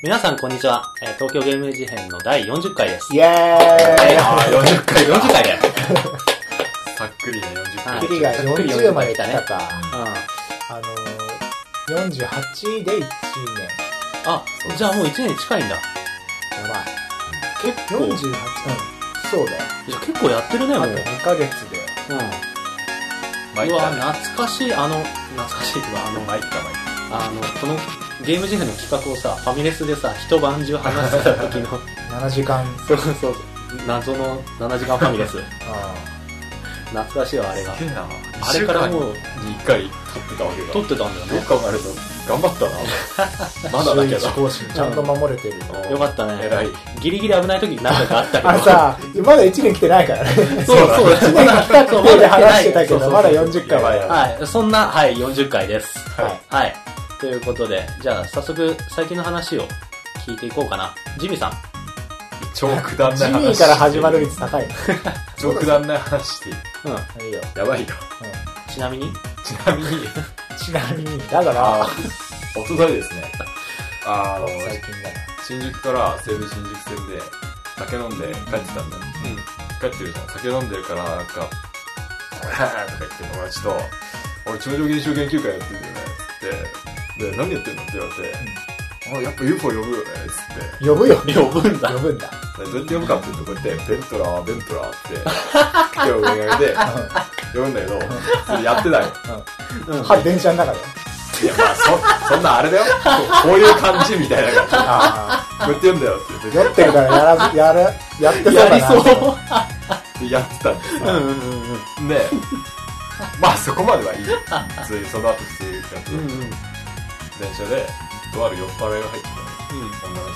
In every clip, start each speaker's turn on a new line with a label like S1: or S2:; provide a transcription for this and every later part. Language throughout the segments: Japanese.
S1: 皆さん、こんにちは。えー東京ゲーム事変の第40回です。
S2: イエー
S3: ああ、40回だ。
S1: 40回で。
S3: さっくりね、40
S1: は
S3: 回。
S1: い
S2: イキリが40まで来たか。
S1: うん。
S2: あのー、48で1年。
S1: あ、じゃあもう1年近いんだ。
S2: やばい。
S1: 結
S2: 48、
S1: 構
S2: うん。、そうだよ。
S1: じゃあ結構やってるね、
S2: あ
S1: も
S2: と
S1: う。
S2: 2ヶ月で。
S1: う
S3: 参
S1: ん。う
S3: った
S1: わ、
S3: ね。
S1: 懐かしい。あの、懐かしいっていうか、あの、
S3: 参った、参っ
S1: あの、このゲーム事変の企画をさ、ファミレスでさ、一晩中話してた時 の、
S2: 7時間。
S1: そうそう、謎の7時間ファミレス。
S2: あ
S1: 懐かしいわ、あれが
S3: た。す。げえな。
S1: あれからもう、
S3: 2回撮ってたわけだ。
S1: 撮ってたんだよね。
S3: よく考えると、頑張ったな。まだだけ
S2: 週一
S3: ど。
S2: 更新ちゃんと守れてる。
S1: よかったね。
S3: 偉い。
S1: ギリギリ危ない時に何回かあったけど。
S2: あのさ、まだ1年来てないからね。
S1: そうそう。
S2: 1年来たってで話してたけ
S1: そうそうそ
S2: ど、
S1: う
S2: まだ40回
S3: やばいやば
S2: は。
S1: はい、そんな、はい、40回です。
S2: はい。
S1: はい。ということで、じゃあ早速最近の話を聞いていこうかな。ジミさん。
S3: 超くだん
S2: ジ
S3: ない
S2: ミ
S3: 話。
S2: ーから始まる。率高いね。
S3: 超くだんない話していい。
S1: うん。
S2: いいよ。
S3: やばいよ。
S1: ちなみに
S3: ちなみに、
S2: ちなみに、だから、
S3: あー、おとといですね。あの、
S2: 最近だ
S3: 新宿から西武新宿線で、酒飲んで帰ってたんだよ。帰ってるじゃん。酒飲んでるから、なんか、とか言って友達と、俺、超常現象研究会やってんだよね、つって。で、何やってんのって言われて、あ、やっぱ UFO 呼ぶよね、つって。
S2: 呼ぶよ。
S1: うん。呼ぶんだ。
S2: 呼ぶんだ。
S3: でどうやって呼ぶかっていうと、こうやって、ベントラー、ベントラーって、手を上に上げて、呼ぶんだけど、それやってない。
S1: うん。
S2: はい、電車の 中で。
S3: いや、まあ、そ、そんなあれだよ。こうこういう感じみたいな感
S2: あ
S3: じ。こうやって呼んだよって言
S2: あ、
S3: っ
S2: 酔ってるからやらず、やる、やってそう
S1: や
S2: だな。
S1: りそう。
S3: て、でやってたんですよ。
S1: うんうんうんうん。
S3: ねまあ、そこまではいいよ。普通に、その後普通にやって
S1: う
S3: た
S1: んうん。うん。
S3: 電車で、とある酔っ払いが入ってきたの。女の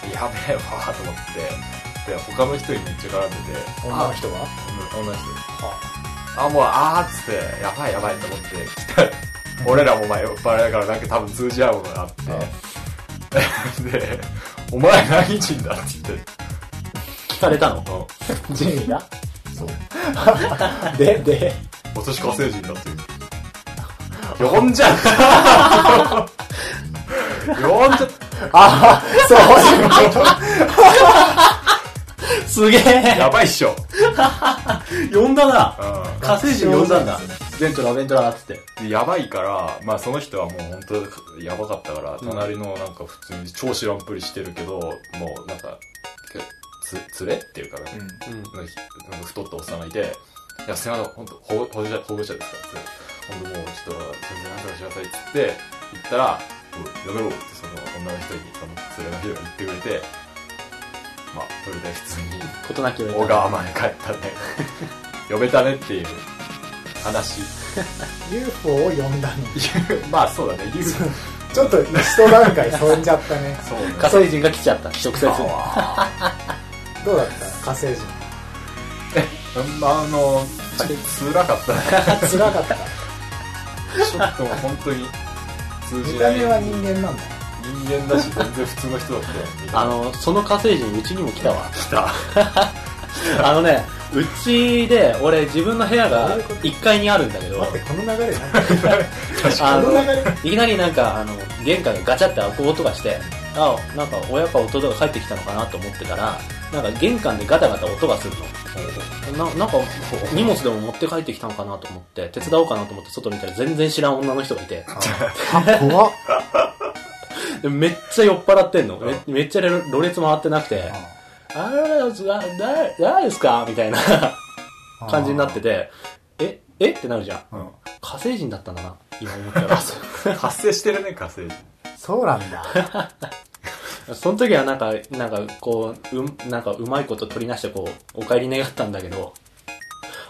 S3: 人やべえわーと思ってで他の人にめっちゃ絡んでて
S2: 女の人は
S3: あ女の人あもうあーっつってやばいやばいと思って来た俺らもまあ酔っ払いだからなんか多分通じ合うものがあってで「お前何人だ?」って言って
S1: 聞かれたの
S3: 「
S2: ジミーが
S3: そう
S2: で、で、
S3: 私火星人だ」って言う呼んじゃう呼んじゃ
S2: ああ、そう、
S1: すげえ
S3: やばいっしょ、
S1: 呼んだな
S3: うん
S1: 火星人呼んだんだ。ベントラ、ベントラーっつって。
S3: でやばいから、まあその人はもう本当やばかったから、隣のなんか普通に超知らんぷりしてるけど、もうなんか、けつ、連れっていうかなんか、
S1: うん。
S3: なんかひなんか太ったおっさんがいて、いや、すいません、本当保護保護者、保護者ですから、つってほんともうちょっと、全然なんとかしなさいっつって、言ったら、おいやめろってその女の人に、その連れの人が言ってくれて、まあ、それで普通に、
S1: ことなきを得
S3: 小
S1: た。
S3: 川まで帰ったんだけ ど、呼べたねっていう話。
S2: UFO を呼んだの。
S3: まあそうだね、理由
S2: ちょっと一段階飛んじゃったね。
S3: そうね。
S1: 火星人が来ちゃった。直接。
S2: どうだった火星人。
S3: まああの、ちょっと辛かったね。
S2: 辛かった。
S3: ちょっともう本当に通
S2: 見
S3: じ
S2: た
S3: ない
S2: 目は人間なんだ。
S3: 人間だし、全然普通の人だったよ。
S1: あの、その火星人、うちにも来たわ。
S3: 来た。
S1: あのね、うちで、俺自分の部屋
S2: ど
S1: が
S2: ういうこと
S1: 1階にあるんだけど、
S2: 待って、この流れなん
S1: あ
S2: だこの
S1: の、
S2: 流れ
S1: いきなりなんか、あの、玄関がガチャって開く音がして、あ、なんか親か弟が帰ってきたのかなと思ってたら、なんか玄関でガタガタ音がするの。ななんか、荷物でも持って帰ってきたのかなと思って、手伝おうかなと思って外見たら全然知らん女の人がいて、
S2: あ、怖っ。
S1: でめっちゃ酔っ払ってんの。め
S3: う
S1: めっちゃろろれつ回ってなくて、あれだ、だ、誰ですかみたいな感じになってて、え、えってなるじゃん。
S3: うん
S1: 火星人だったんだな、今思ったら。
S3: 発生してるね、火星人。
S2: そうなんだ。
S1: その時はなんか、なんかこう、うん、なんかうまいこと取りなしてこう、お帰り願ったんだけど、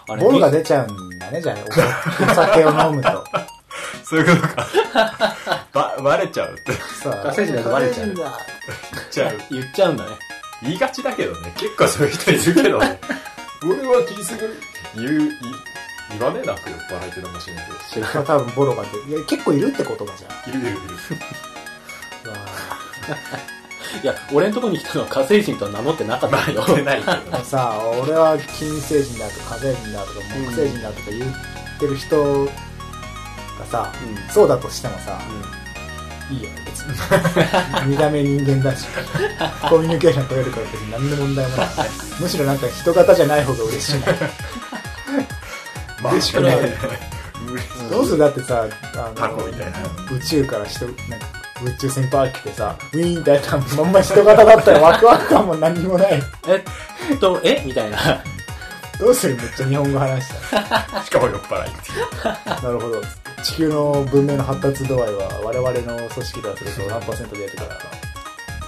S1: あ
S2: ボロが
S1: み
S2: 出ちゃうんだね、じゃあね。おお酒を飲むと。
S3: そういうことか。ば、バレちゃうって
S2: そう
S1: 火星人だとバレちゃう
S2: 火星人だ
S3: 言っちゃう。
S1: 言っちゃうんだね。
S3: 言いがちだけどね。結構そういう人いるけどね。俺は気にする。言う、い言わねえな、く酔っ払いってのかもしれない
S1: 知らん。
S2: まあ多分ボロが出る。いや、結構いるってことかじゃ
S3: けど。いるいるいる。
S2: あ。うわ
S1: いや、俺んとこに来たのは火星人とは名乗ってなかったけど。
S3: 言ってないけど
S2: あのさ俺は金星人だとか火星人だとか木星人だとか言ってる人がさ、
S1: うん
S2: そうだとしてもさ、いいよね別に 見た目人間だしコミュニケーション取れるから別に何の問題もないねむしろなんか人型じゃない方が嬉しいね
S3: まあ、
S2: 嬉しくない
S3: ね。
S2: どうするだってさ
S3: タ
S2: あ
S3: コみたいな。
S2: 宇宙から人なんか宇宙船パー来てさウィーンってやったらまんま人型だったらワクワク感も何にもない
S1: えっと、えみたいな。
S2: どうするめっちゃ日本語話した
S3: しかも酔っ払いっていう。
S2: なるほど。地球の文明の発達度合いは我々の組織からすると何パーセント出てくるか。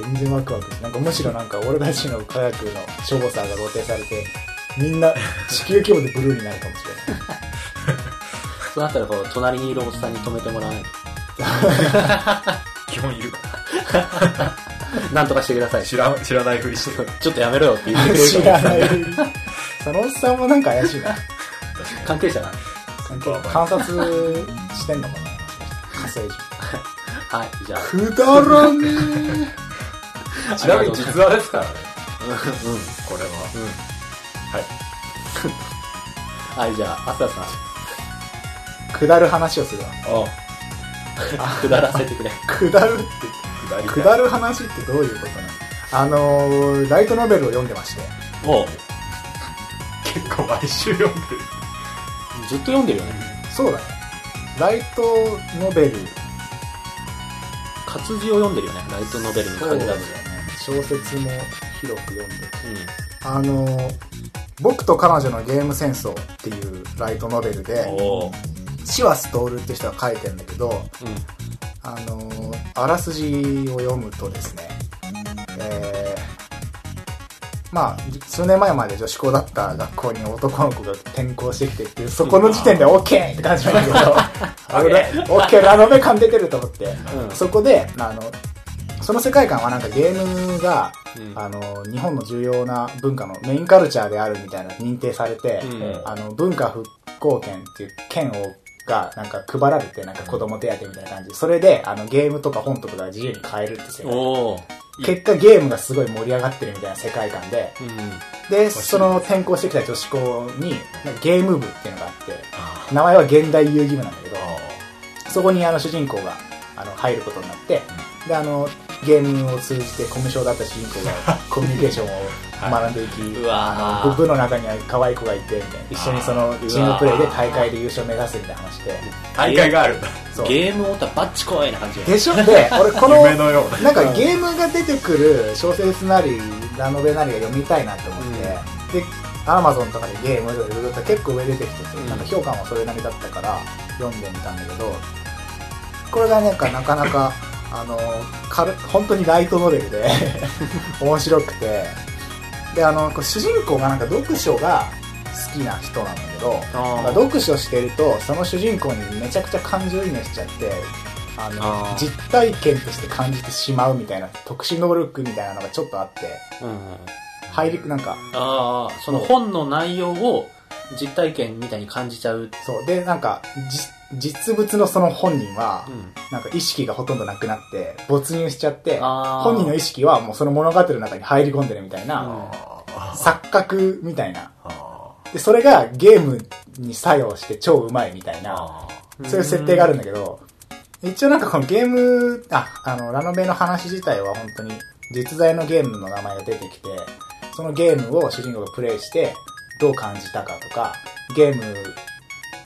S2: 全然ワクワクしなんかむしろなんか俺たちの科学のしょぼさが露呈されて、みんな地球規模でブルーになるかもしれない。
S1: そうなったら、こう、隣にいるおっさんに止めてもらわない
S3: 基本いるか
S1: と。なんとかしてくださ
S3: ら。
S1: い。
S3: 知らん、知らないふりしてる。
S1: ちょっとやめろよって言 ってく れるか
S2: 知
S1: も
S2: らない。そのおっさんもなんか怪しいな。
S1: 関係者が。
S2: 関係観察してんのかな火星人。
S1: はい、じゃあ。
S2: くだらねえ。
S3: ちなみに実話ですからね。
S1: うん。
S3: これは。
S1: うん
S3: はい。
S1: はい、じゃあ、浅田さん。
S2: くだる話をするわ。
S1: おくだらせてくれ。
S2: くだるって、
S3: 下り
S2: くだる話ってどういうことなのあのー、ライトノベルを読んでまして。
S1: おう
S3: 結構毎週読んでる。
S1: ずっと読んでるよね。
S2: そうだね。ライトノベル。
S1: 活字を読んでるよね。ライトノベルに限らず。
S2: 小説も広く読んでる。
S1: うん。
S2: あのー、僕と彼女のゲーム戦争っていうライトノベルで、
S1: おう
S2: シワストールって人が書いてんだけど、
S1: うん。
S2: あのー、あらすじを読むとですね、えー、まあ、数年前まで女子校だった学校に男の子が転校してきてっていう、そこの時点で OK! って感じなんだけど、あの ね OK! ラノベ感出てると思って。
S1: うん。
S2: そこで、あの、その世界観はなんかゲームが、
S1: うん
S2: あの、日本の重要な文化のメインカルチャーであるみたいな認定されて、
S1: うん
S2: あの、文化復興券っていう券を、が、なんか配られて、なんか子供手当みたいな感じ。それで、あの、ゲームとか本とかが自由に買えるって世界
S1: おう
S2: 結果ゲームがすごい盛り上がってるみたいな世界観で、
S1: うん。
S2: で、その転校してきた女子校に、なんかゲーム部っていうのがあっ
S3: あ
S2: て、名前は現代遊戯部なんだけど、
S3: あ。
S2: そこにあの主人公があの入ることになって、であのゲームを通じてコミュ障だった主人公 がコミュニケーションを学んでいき、
S1: うわ
S2: あ
S1: ー
S2: の部部の中には可愛い子がいてみたいな一緒にそのチームプレーで大会で優勝目指すみたいな話で
S3: 大会があるんだ。
S2: そう
S1: ゲームオタバッチ怖いな感じよね
S2: でしょで俺この
S3: 夢のよう
S2: な
S3: な。
S2: んかゲームが出てくる小説なりラノベなりが読みたいなと思って、
S1: うん
S2: でアマゾンとかでゲームとかいろいろと結構上出てきてて、
S1: うん
S2: なんか評価もそれなりだったから読んでみたんだけどこれがねなんかなかなか あの軽本当にライトノベ ルで面白くてであのこう主人公がなんか読書が好きな人なんだけどまあ
S1: あ
S2: 読書してるとその主人公にめちゃくちゃ感情移入しちゃってあの
S1: あー
S2: 実体験として感じてしまうみたいな特殊能力みたいなのがちょっとあって
S1: あ、うん、
S2: 入りなんか
S1: ああその本の内容を実体験みたいに感じちゃう、
S2: そうでなんかじ実物のその本人は
S1: うん、
S2: なんか意識がほとんどなくなって没入しちゃって
S1: あー
S2: 本人の意識はもうその物語の中に入り込んでるみたいな、
S1: うん
S3: あ
S2: 錯覚みたいな
S3: あ。
S2: でそれがゲームに作用して超うまいみたいな
S3: あ
S2: そういう設定があるんだけど、一応なんかこのゲーム、あ、あの、ラノベの話自体は本当に実在のゲームの名前が出てきて、そのゲームを主人公がプレイして、どう感じたかとか、ゲーム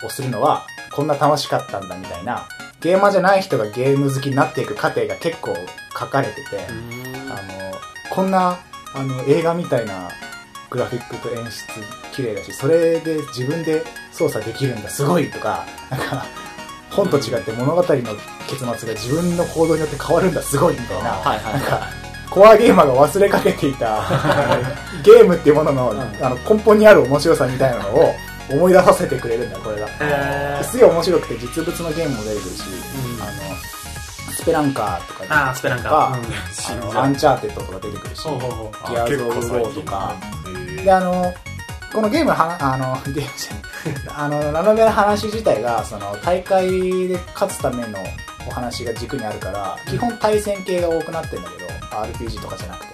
S2: をするのはこんな楽しかったんだみたいな、ゲーマーじゃない人がゲーム好きになっていく過程が結構書かれてて、
S1: うーん
S2: あの、こんな、あの、映画みたいなグラフィックと演出綺麗だし、それで自分で操作できるんだ、すごいとか、 なんか、本と違って物語の結末が自分の行動によって変わるんだ、すごいみたいな、
S1: はいはいは
S2: コアゲーマーが忘れかけてい た、あのゲームっていうものの、
S1: うん
S2: あの、根本にある面白さみたいなのを思い出させてくれるんだ、これが。
S1: いへ
S2: すげえ面白くて、実物のゲームも出てくるし、
S1: うん
S2: あの、スペランカーとかに
S1: ああスペランカー、うん、
S2: あ
S3: 死んじ
S2: の
S3: ゃ
S2: ア
S3: う
S2: ンチャーテッドとか出てくるし、
S1: ほうほうほ
S3: あ。
S2: ギアーズ
S3: 結
S2: オブ
S3: 構
S2: ウォーとか
S3: 最近。
S2: であのこのゲームのはあの ゲームじゃないあのラノベの話自体がその大会で勝つためのお話が軸にあるから基本対戦系が多くなってんだけど RPG とかじゃなくて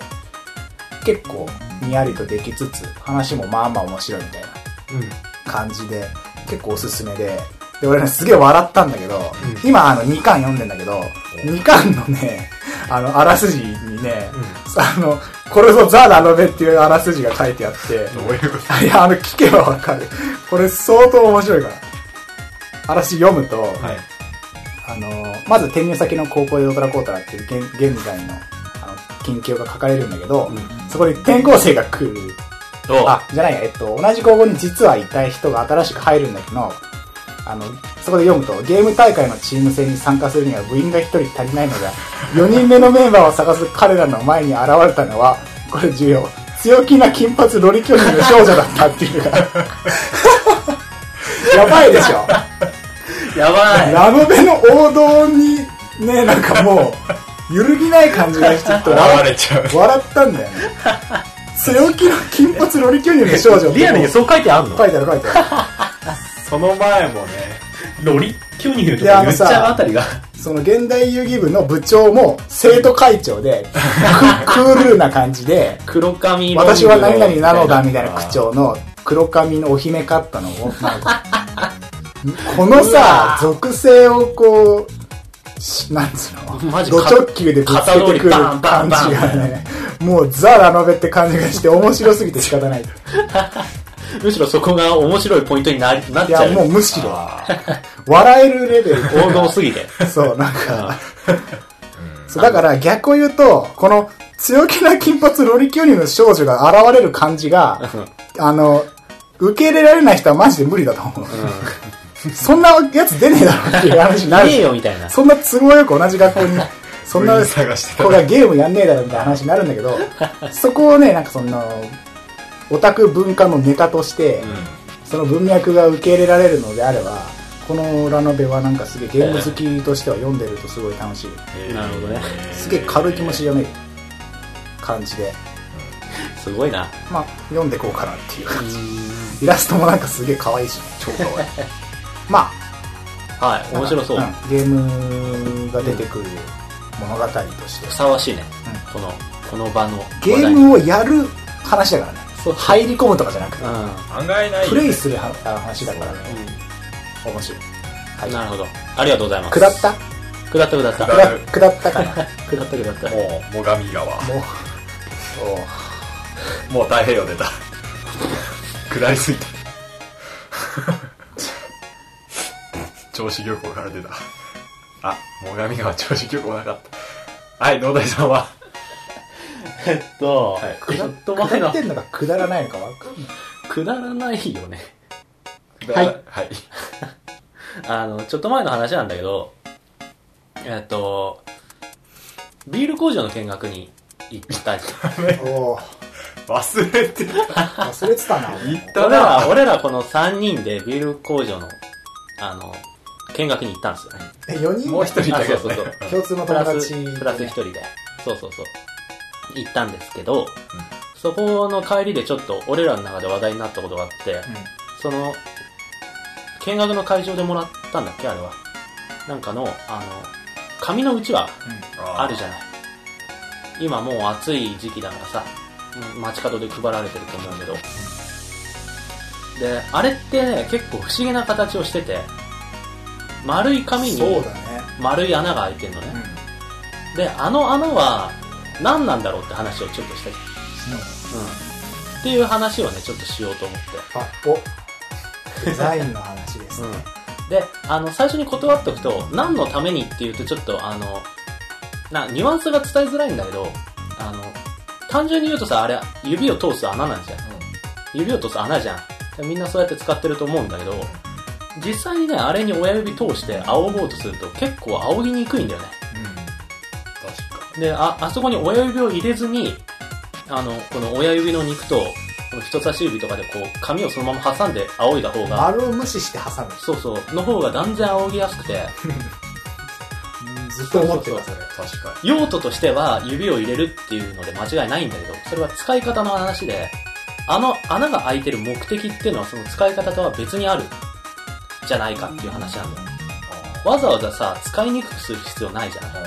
S2: 結構にやりとできつつ話もまあまあ面白いみたいな
S1: ううん
S2: 感じで結構おすすめでで、俺ね、すげえ笑ったんだけど、今、あの、2巻読んでんだけど、2巻のね、あの、あらすじにね、あの、これぞザ・ラノベっていうあらすじが書いてあって、
S3: どういうこと
S2: いや、あの、聞けばわかる。これ相当面白いから。あらすじ読むと、
S3: はい。
S2: あの、まず転入先の高校でドトラコータラっていう現現在のあの近況が書かれるんだけど、そこに転校生が来る。
S1: どう
S2: あ、じゃないや、えっと、同じ高校に実はいたい人が新しく入るんだけど、あの、そこで読むと、ゲーム大会のチーム戦に参加するには部員が1人足りな いのだ。4人目のメンバーを探す彼らの前に現れたのは、これ重要。強気な金髪ロリ巨人の少女だったっ ていうのが。やばいでしょ
S1: やばい
S2: ラノベの王道にねなんかもう揺るぎない感じがしてちょっと
S3: 現
S2: 笑
S3: れちゃう。
S2: 笑ったんだよね強気の金髪ロリ巨人の少女
S1: リアルに
S2: 書
S1: そう書いてあんの
S2: いてある書いてあ
S3: その前もね、
S1: ロリ巨乳と
S2: いや
S1: か
S2: あ
S1: 言
S2: の
S1: っち
S2: さ
S1: ゃうあたりが。
S2: るその現代遊戯部の部長も生徒会長でククールな感じ で
S1: 黒髪ロング
S2: 私は何々なのだみたいな口調の黒髪のお姫カットの女の子 このさ属性をこうしなんつうの
S1: マジ
S2: ド直球でぶつけてく
S1: 片通り
S2: る感
S1: バンバン
S2: じ
S1: バン
S2: がねもうザ・ラノベって感じがして面白すぎて仕方ないい
S1: むしろそこが面白いポイントにななっちゃ
S2: や
S1: う
S2: もうむしろ笑えるレベ ル
S1: 王道すぎて
S2: そうなんかそうだから逆を言うとこの強気な金髪ロリキュリの少女が現れる感じがあの、受け入れられない人はマジで無理だと思う。そんなやつ出ねえだろっていう話になる
S1: ねえ
S2: し、
S1: よみたいな
S2: そんな都合よく同じ学校 に、そんな
S3: 部員探してた
S2: 子がゲームやんねえだろみたいな話になるんだけ ど、そこをね、なんかその、オタク文化のネタとして、その文脈が受け入れられるのであれば、このラノベはなんかすげえゲーム好きとしては読んでるとすごい楽しい。
S1: なるほどね
S2: すげえ軽い気持ちで読める感じで、
S1: すごいな
S2: まあ読んでこうかなっていう感じ。イラストもなんかすげえ可愛いし、
S3: 超可 愛い。
S2: ま
S1: はい
S2: あ、
S1: 面白そう、
S2: なんかんゲームが出てくる物語として
S1: ふ、さわしいね、このこの場の
S2: ゲ
S1: 話
S2: ー
S1: 題
S2: ムをやる話だからね。
S1: そう
S2: 入り込むとかじゃなくて
S1: う、
S3: 案外ないよ。
S2: プレイする話話だからね。
S1: ん、
S2: 面白い。
S1: う
S2: い
S1: ん、なるほどありがとうございます
S2: 下った
S1: 下った下った下
S3: 下っ
S1: っ
S2: 下下ったか なも
S1: た下った
S3: もう、最上川。
S2: う、おう
S3: もう太平洋出た。下りすぎた。銚子漁港から出た。あ、最上川銚子漁港なかった。はい、農大さんは。
S1: えっと、
S3: はい
S1: ちょっと前
S2: 下っ
S1: の
S2: てんのか下らないのかわかんない。
S1: くだらないよね
S3: はい。はい。
S1: あのちょっと前の話なんだけどえっとビール工場の見学に行 ったり
S2: おう
S3: 忘れてた。
S2: 忘れてたな。
S3: 言っ
S1: 俺
S3: た
S1: ら、
S3: な。
S1: 俺らこの3人でビール工場の、あの、見学に行ったんですよね。
S2: え、4人
S3: もう一人だけどね。
S1: あそう
S2: 共通の
S1: プ
S2: 友
S1: ラ
S2: 達
S1: ス、プラス1人で。そうそうそう。行ったんですけど、そこの帰りでちょっと俺らの中で話題になったことがあって、その、見学の会場でもらったんだっけあれは。なんかの、あの、紙のうちわあるじゃない。今もう暑い時期だからさ、うん街角で配られてると思うけど。で、あれってね、結構不思議な形をしてて、丸い紙に
S2: そうだね。
S1: 丸い穴が開いてるのね。で、あの穴は何なんだろうって話をちょっとしたい。うん。っていう話をね、ちょっとしようと思って。
S2: あ、お、デザインの話ですね。
S1: うん、であの最初に断っとくと何のためにっていうとちょっとあのなニュアンスが伝えづらいんだけどあの単純に言うとさあれ指を通す穴なんじゃん、指を通す穴じゃんでみんなそうやって使ってると思うんだけど実際にねあれに親指通して仰ごうとすると結構仰ぎにくいんだよねでああそこに親指を入れずにあのこの親指の肉とこの人差し指とかでこう紙をそのまま挟んで仰いだ方が
S2: 丸を無視して挟む。
S1: そうそう、の方が断然仰ぎやすくて、
S2: ずっと思ってます。
S3: 確かに。確か
S1: 用途としては指を入れるっていうので間違いないんだけど、それは使い方の話で、あの穴が開いてる目的っていうのはその使い方とは別にある、じゃないかっていう話なんだよ。わざわざさ、使いにくくする必要ないじゃない
S3: に。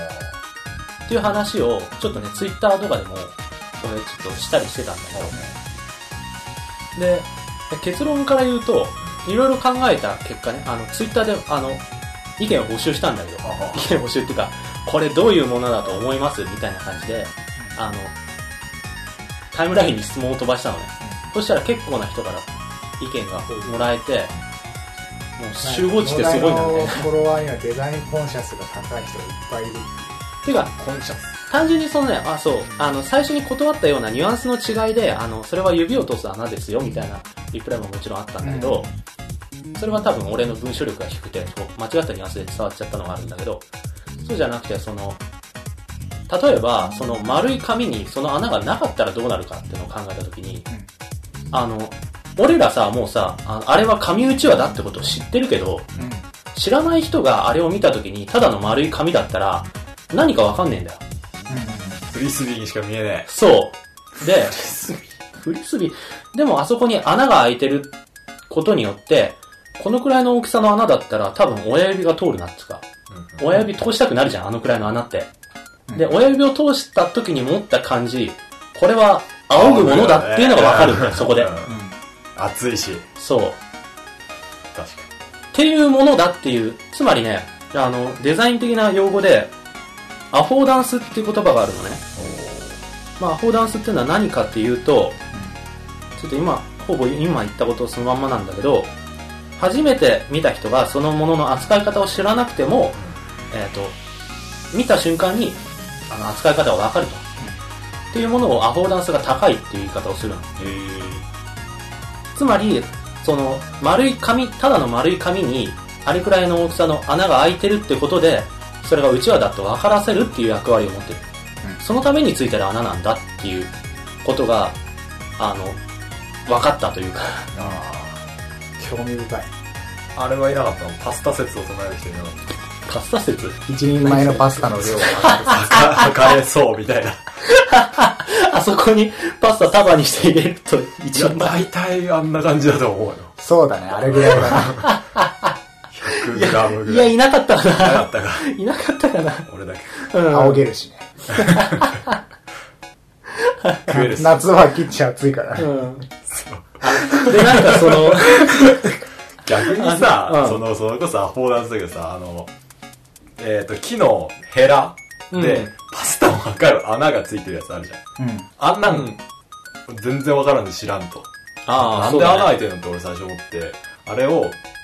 S1: っていう話を、ちょっとね、ツイッターとかでも、俺ちょっとしたりしてたんだけど、で、結論から言うと、いろいろ考えた結果ね、あの、ツイッターで、あの、意見を募集したんだけど、
S3: あ
S1: 意見募集っていうか、これどういうものだと思いますみたいな感じで、あの、タイムラインに質問を飛ばしたのね。そしたら結構な人から意見がもらえて、もう集合値ってすごいなみたいな。
S2: フォロワーにはデザインコンシャスが高い人がいっぱいいる。
S1: てか、
S3: コンシャス。
S1: 単純にそのね、あ、そう、あの、最初に断ったようなニュアンスの違いで、あの、それは指を通す穴ですよ、みたいなリプライももちろんあったんだけど、それは多分俺の文章力が低くて、こう間違ったニュアンスで伝わっちゃったのがあるんだけど、そうじゃなくて、その、例えば、その丸い紙にその穴がなかったらどうなるかっていうのを考えたときに、あの、俺らさ、もうさ、あのあれは紙うちわだってことを知ってるけど、
S2: うん。
S1: 知らない人があれを見たときに、ただの丸い紙だったら、何かわかんねえんだよ。
S3: フリスビーにしか見えね
S1: そう。で、フリスビー。でもあそこに穴が開いてることによって、このくらいの大きさの穴だったら多分親指が通るなっていうか、
S3: え。
S1: 親指通したくなるじゃん、あのくらいの穴って。
S2: うん
S1: で、親指を通した時に持った感じ、これは仰ぐものだっていうのがわかるんだよ、そこで
S3: う。ん暑いし、
S1: そう。
S3: 確か
S1: っていうものだっていう、つまりね、あの、デザイン的な用語で、アフォーダンスっていう言葉があるのね。まあ、アフォーダンスっていうのは何かっていうと、ちょっと今、ほぼ今言ったことそのまんまなんだけど、初めて見た人がそのものの扱い方を知らなくても、えっ、と、見た瞬間に、あの、扱い方がわかると。っていうものをアフォーダンスが高いっていう言い方をするの。
S3: に。へ
S1: つまり、その、丸い紙、ただの丸い紙に、あれくらいの大きさの穴が開いてるってことで、それがうちわだと分からせるっていう役割を持ってる。
S2: うん
S1: そのためについてる穴なんだっていうことが、あの、分かったというか。
S2: ああ。興味深い。
S3: ーあれはいなかったのパスタ説を唱える人いなかっ
S1: パスタ説
S2: 一人前のパスタの量が。
S3: た。測れそうみたいな。
S1: あそこにパスタ束にして入れると一番
S3: 大体あんな感じだと思うよ。
S2: そうだね、あれぐらいだな。
S3: 100グラムぐ
S1: い
S3: ら
S1: や、
S3: い。い
S1: いなかったか
S3: なか
S1: な。
S3: ったか。
S1: いなかったかな。
S3: 俺だけ。
S1: うん。
S2: 仰げるしね。
S3: 食えるっす
S2: 夏はキッチン暑いから。
S1: うん。で、なんかその、
S3: 逆にさ、
S1: あうん
S3: その、それこそアフォーダンスだけどさ、あの、えっ、と、木のヘラで、
S1: うん
S3: パスタを測る穴がついてるやつあるじゃん。
S2: うん。
S3: あんなん、全然わからんで知らんと。
S1: ああ、
S3: なん
S1: そう
S3: で穴
S1: だ、
S3: 開
S1: ね。
S3: いてるのって俺最初思って、あれを、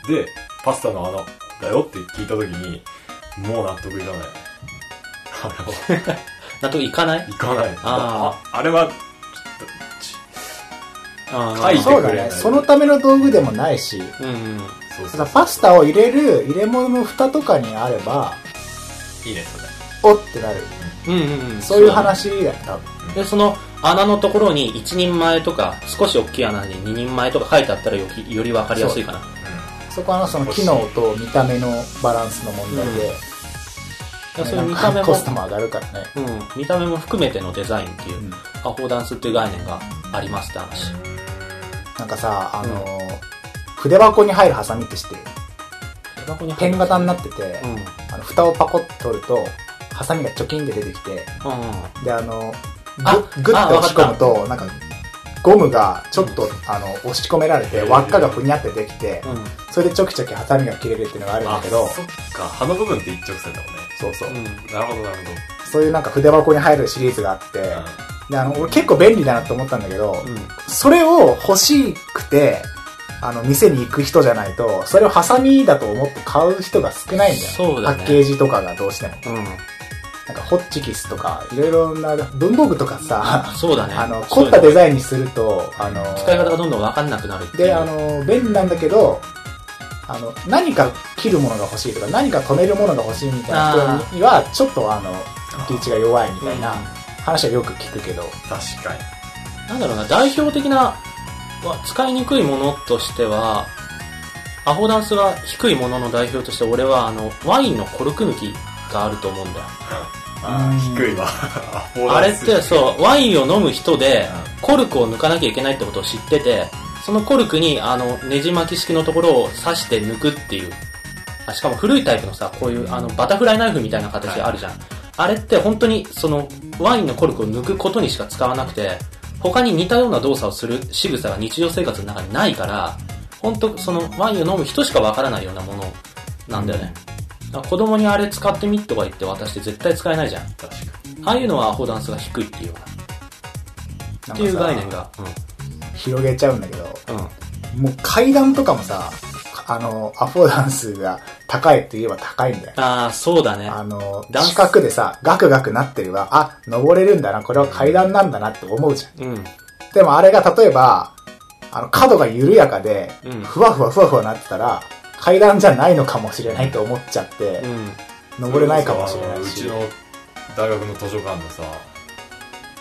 S3: で、パスタの穴だよって聞いたときに、もう納得いか ない。あれは、
S1: 納得いかない
S3: いかない。
S1: あ
S3: ああれは、
S1: あ
S3: 書いて
S2: そう
S3: く
S2: だ
S3: れない。
S2: ね、そのための道具でもないし、
S1: うんうん。
S3: そう
S2: た
S3: そ
S2: だ
S3: う
S2: パスタを入れる入れ物の蓋とかにあれば、
S3: いいね、それ。
S2: おってなる。
S1: うんうんうん、
S2: そういう話だよ、多分。
S1: でその穴のところに1人前とか少し大きい穴に2人前とか書いてあったらよきより分かりやすいかな
S2: そこはあのその機能と見た目のバランスの問題で、
S1: そういう見
S2: な
S1: た
S2: ん
S1: 目
S2: か
S1: も
S2: コストも上がるからね。
S1: うん、見た目も含めてのデザインっていう、
S2: うん
S1: アフォーダンスっていう概念がありますって話
S2: なんかさ、あのー筆箱に入るハサミって知ってる
S1: 箱に
S2: ペン型にな
S1: っ
S2: ってて、
S1: うんうん
S2: あの蓋をパコッと取ると、ハサミがチョキンで出てきて、で、あの、
S1: あ
S2: ぐグッと
S1: あ
S2: 押し込むと、なんか、ゴムがちょっと、あの、押し込められて、
S3: へー
S2: 輪っかがふにゃってできて、
S1: うん
S2: それでちょきちょきハサミが切れるっていうのがあるんだけど
S3: あ、そっか、葉の部分って一直線だもんね。
S2: そうそう
S1: う。ん
S3: なるほど、なるほど。
S2: そういうなんか筆箱に入るシリーズがあって、で、あの、俺結構便利だなと思ったんだけど、
S1: うん
S2: それを欲しくて、あの、店に行く人じゃないと、それをハサミだと思って買う人が少ないんだよ。
S1: そうだね
S2: パッケージとかがどうしても。
S1: うん、
S2: なんか、ホッチキスとか、いろいろな、文房具とかさ、
S1: そう だね
S2: あの、
S1: そうい
S2: 凝っ
S1: うの
S2: たデザインにすると、あの、
S1: 使い方がどんどん分かんなくなるっていう
S2: で、あの、便利なんだけど、あの、何か切るものが欲しいとか、何か止めるものが欲しいみたいな人には、ちょっとあの、リーチが弱いみたいな
S1: うん
S2: 話はよく聞くけど、
S3: 確かに。
S1: なんだろうな、代表的な、わ使いにくいものとしては、アフォーダンスが低いものの代表として、俺はあの、ワインのコルク抜きがあると思うんだよ。
S3: あ
S2: うん
S3: ー低いわ。
S1: あれ ってそう、ワインを飲む人で
S3: う、
S1: コルクを抜かなきゃいけないってことを知ってて、そのコルクに、あの、ネジ巻き式のところを刺して抜くっていう。あしかも古いタイプのさ、こういう、あの、バタフライナイフみたいな形あるじゃん。あれって本当に、その、ワインのコルクを抜くことにしか使わなくて、他に似たような動作をする仕草が日常生活の中にないから、本当そのワインを飲む人しかわからないようなものなんだよね。だから子供にあれ使ってみとか言って渡して絶対使えないじゃん。
S3: 確かに。
S1: ああいうのはアフォーダンスが低いっていうような。
S2: な
S1: っ
S2: ん
S1: ていう
S2: かさ
S1: 概念が。
S2: 広げちゃうんだけど、
S1: うん。うん。
S2: もう階段とかもさ、あの、アフォーダンスが高いといえば高いんだよ。
S1: ああ、そうだね。
S2: あの、
S1: ダンス
S2: 四角でさ、ガクガクなってれば、あ、登れるんだな、これは階段なんだなって思うじゃん。
S1: うん。
S2: でもあれが例えば、あの、角が緩やかで
S1: うん、
S2: ふわふわふわふわなってたら、階段じゃないのかもしれないと思っちゃって、
S1: うん。
S2: 登れないかもしれない
S3: そ
S2: し
S3: れ。こそあのうちの大学の図書館のさ、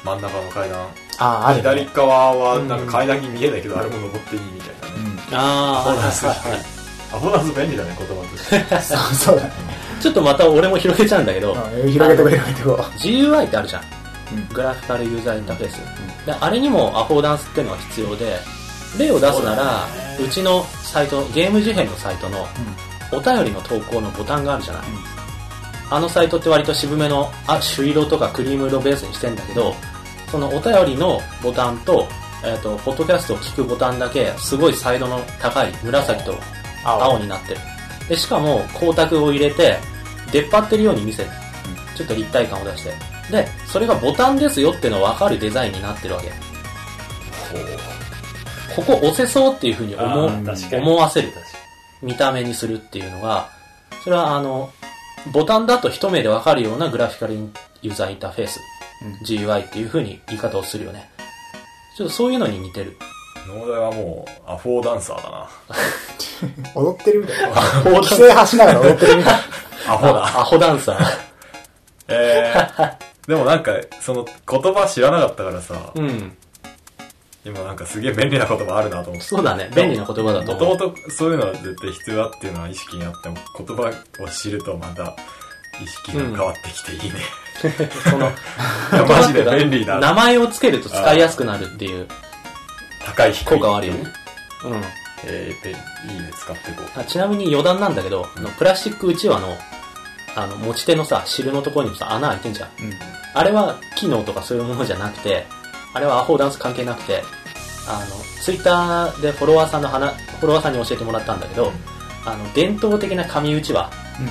S3: 真ん中の階段。
S2: ああ、ある、ね。
S3: 左側はなん
S1: うん
S3: か階段に見えないけど、あれも登っていいみたいなね。
S2: うん。
S1: あ
S3: アフォーダン
S1: あ、
S3: ス。アフォーダンス便利だね、言葉として。
S2: そう、そうだね。
S1: ちょっとまた俺も広げちゃうんだけど、
S2: うん広げてこう、広げてこ
S1: GUI ってあるじゃん。
S2: うん
S1: グラフィカルユーザーインターフェース。であれにもアフォーダンスってのは必要で、例を出すなら、うちのサイト、ゲーム事変のサイトの、お便りの投稿のボタンがあるじゃない。
S2: ん
S1: あのサイトって割と渋めの、あ、朱色とかクリーム色ベースにしてんだけど、そのお便りのボタンと、えっ、と、ポッドキャストを聞くボタンだけ、すごいサイドの高い紫と
S2: 青
S1: 青になってる。で、しかも光沢を入れて、出っ張ってるように見せる。ちょっと立体感を出して。で、それがボタンですよってのわかるデザインになってるわけ。ここ押せそうっていうふうに思う
S2: ー確か
S1: 思わせる
S3: 確。かに
S1: 見た目にするっていうのが、それはあの、ボタンだと一目でわかるようなグラフィカルユーザーインターフェース、
S2: うん
S1: GUI っていうふうに言い方をするよね。ちょっとそういうのに似て る。
S3: 農大はもう、アフォーダンサーだな。
S2: う。踊ってるみたいな。規制発しながら踊ってるみたいな。
S3: ア
S1: ア。アホダンサー。
S3: えー、でもなんか、その言葉知らなかったからさ、
S1: うん。
S3: 今なんかすげえ便利な言葉あるなと思って。
S1: そうだね。便利な言葉だと
S3: も
S1: 思う
S3: と。もとそういうのは絶対必要だっていうのは意識にあっても、言葉を知るとまた意識が変わってきていいね。
S1: そ の、
S3: いやマジで便 利だ
S1: 名前をつけると使いやすくなるっていう
S3: 高い低い。
S1: 効果はあるよね。。うん。
S3: えー、便利いいね、使っていこう。
S1: あちなみに余談なんだけど、あのプラスチックうちわの、あの、持ち手のさ、汁のところにもさ、穴開いてんじゃん。
S2: うん。
S1: あれは機能とかそういうものじゃなくて、あれはアホーダンス関係なくて、あの、ツイッターでフォロワーさんの話、フォロワーさんに教えてもらったんだけど、あの、伝統的な紙うちわ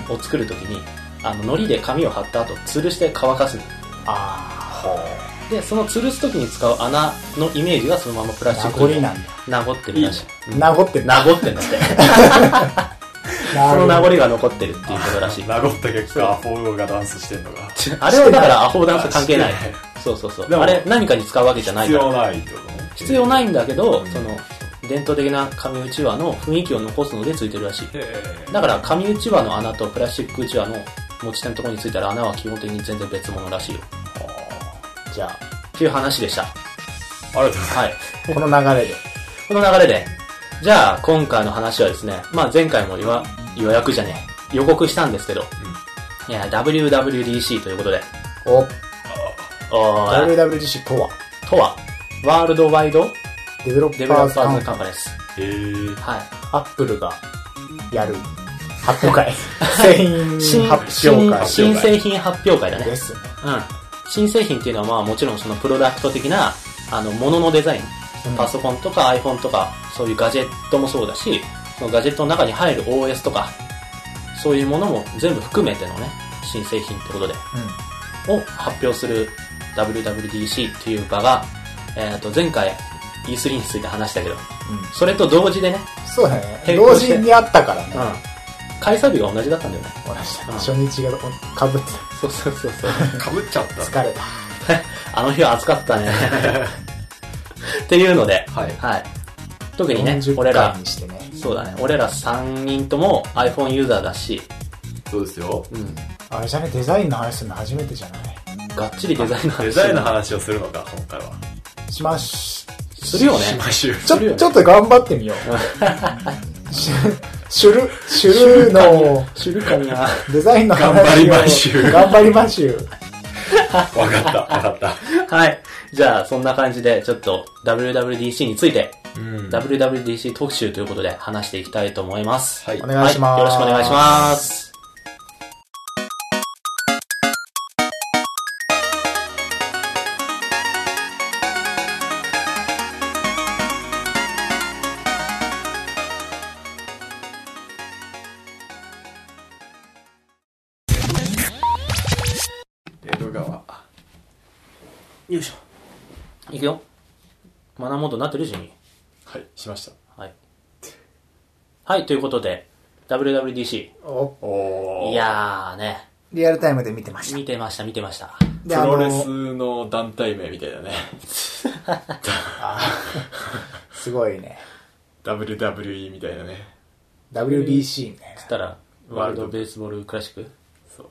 S1: を作るときに、あの、糊で紙を貼った後、吊るして乾かす。
S2: あ
S1: で、その吊るすときに使う穴のイメージがそのままプラ
S2: あ、
S1: スチ
S2: 名
S1: ック
S2: 残
S1: に
S2: なんだ。
S1: 名残ってるらしい。うん
S2: 名残ってんだ
S1: 名残ってんだ って。その名残が残ってるっていうことらしい。
S3: 名残った結果、アフォーがダンスしてんのが。
S1: あれはだからアホーダンス関係ない
S3: あして。
S1: そうそうそう。
S3: でも
S1: あれ何かに使うわけじゃない
S3: 必
S1: から。
S3: 要ないってことね。
S1: 必要ないんだけど、
S3: うん
S1: その、伝統的な紙うちわの雰囲気を残すのでついてるらしい。
S3: へー
S1: だから紙うちわの穴とプラスチックうちわの持ち手のところについたら穴は基本的に全然別物らしいよ。
S2: じゃあ、
S1: っていう話でした。
S3: ありがとうございます。
S1: はい。
S2: この流れで。
S1: この流れで、じゃあ今回の話はですね、まあ前回も予約予約じゃねえ、予告したんですけど、いや WWDC ということで、
S2: お、
S1: おー
S2: WWDC とは、
S1: とは、ワールドワイド
S2: デベロッ
S1: デベロ
S2: パー
S1: ッ
S2: ズ
S1: パ
S2: カ
S1: ー
S2: ン
S1: ズ
S2: フ
S1: カ
S2: ァ
S1: ン
S2: レン
S1: ファレンス。
S3: えー、
S1: はい。
S2: スアップルがやる発表会。製
S1: 新
S2: 品発表会。
S1: 新新製品発表会だね。
S2: ですね。
S1: うん。新製品っていうのはまあもちろんそのプロダクト的な、あの、もののデザイン。
S2: うん
S1: パソコンとか iPhone とか、そういうガジェットもそうだし、そのガジェットの中に入る OS とか、そういうものも全部含めてのね、新製品ってことで、
S2: う
S1: を発表する WWDC っていう場が、えっ、と、前回 E3 について話したけど、
S2: ん。うん。
S1: それと同時でね、
S2: そうだね。
S1: 並行
S2: 同
S1: して
S2: 時にあったからね。
S1: 開催日が同じだったんだよね。
S2: 同じ
S1: うん
S2: だ初日がかぶって
S1: そうそうそうそう。
S3: かぶっちゃった。
S2: た。疲れた。
S1: あの日は暑かったね。っていうので、
S3: はい
S1: 特にね、俺
S2: 40
S1: ら
S2: 回、にしてね。
S1: そうだね、俺ら3人とも iPhone ユーザーだし、
S3: そうですよ。
S1: うん、
S2: あれじゃね、デザインの話するの初めてじゃない
S1: がっちりデザインの話
S3: デザインの話をするのか、今回は。
S2: します。
S1: するよね。
S3: 毎週。
S2: ちょ、
S1: するよね
S2: ちょっと頑張ってみよ う。シュシュル、シュルの
S1: 知るかにゃ。
S2: デザインの話を
S3: 頑張りましゅう
S2: 頑張りましゅう。
S3: わかった、わかった。
S1: はい。じゃあ、そんな感じで、ちょっと WWDC について、
S3: うん。
S1: WWDC 特集ということで話していきたいと思います。
S3: はい
S2: お。願いします。
S1: よろしくお願いします。よいしょ。いくよ。マナーモードになってるジミー。
S3: はい、しました。
S1: はい。はい、ということで、WWDC。
S2: お
S3: おー
S1: いやーね、
S2: リアルタイムで見てました。
S1: 見てました、見てました。
S3: プ
S2: で、あ
S3: ロレ
S2: の、
S3: スの団体名みたいだね。
S2: すごいね。
S3: WWE みたいなね。
S2: WBC ね。
S1: たら、ワールドベースボールクラシック
S3: そう。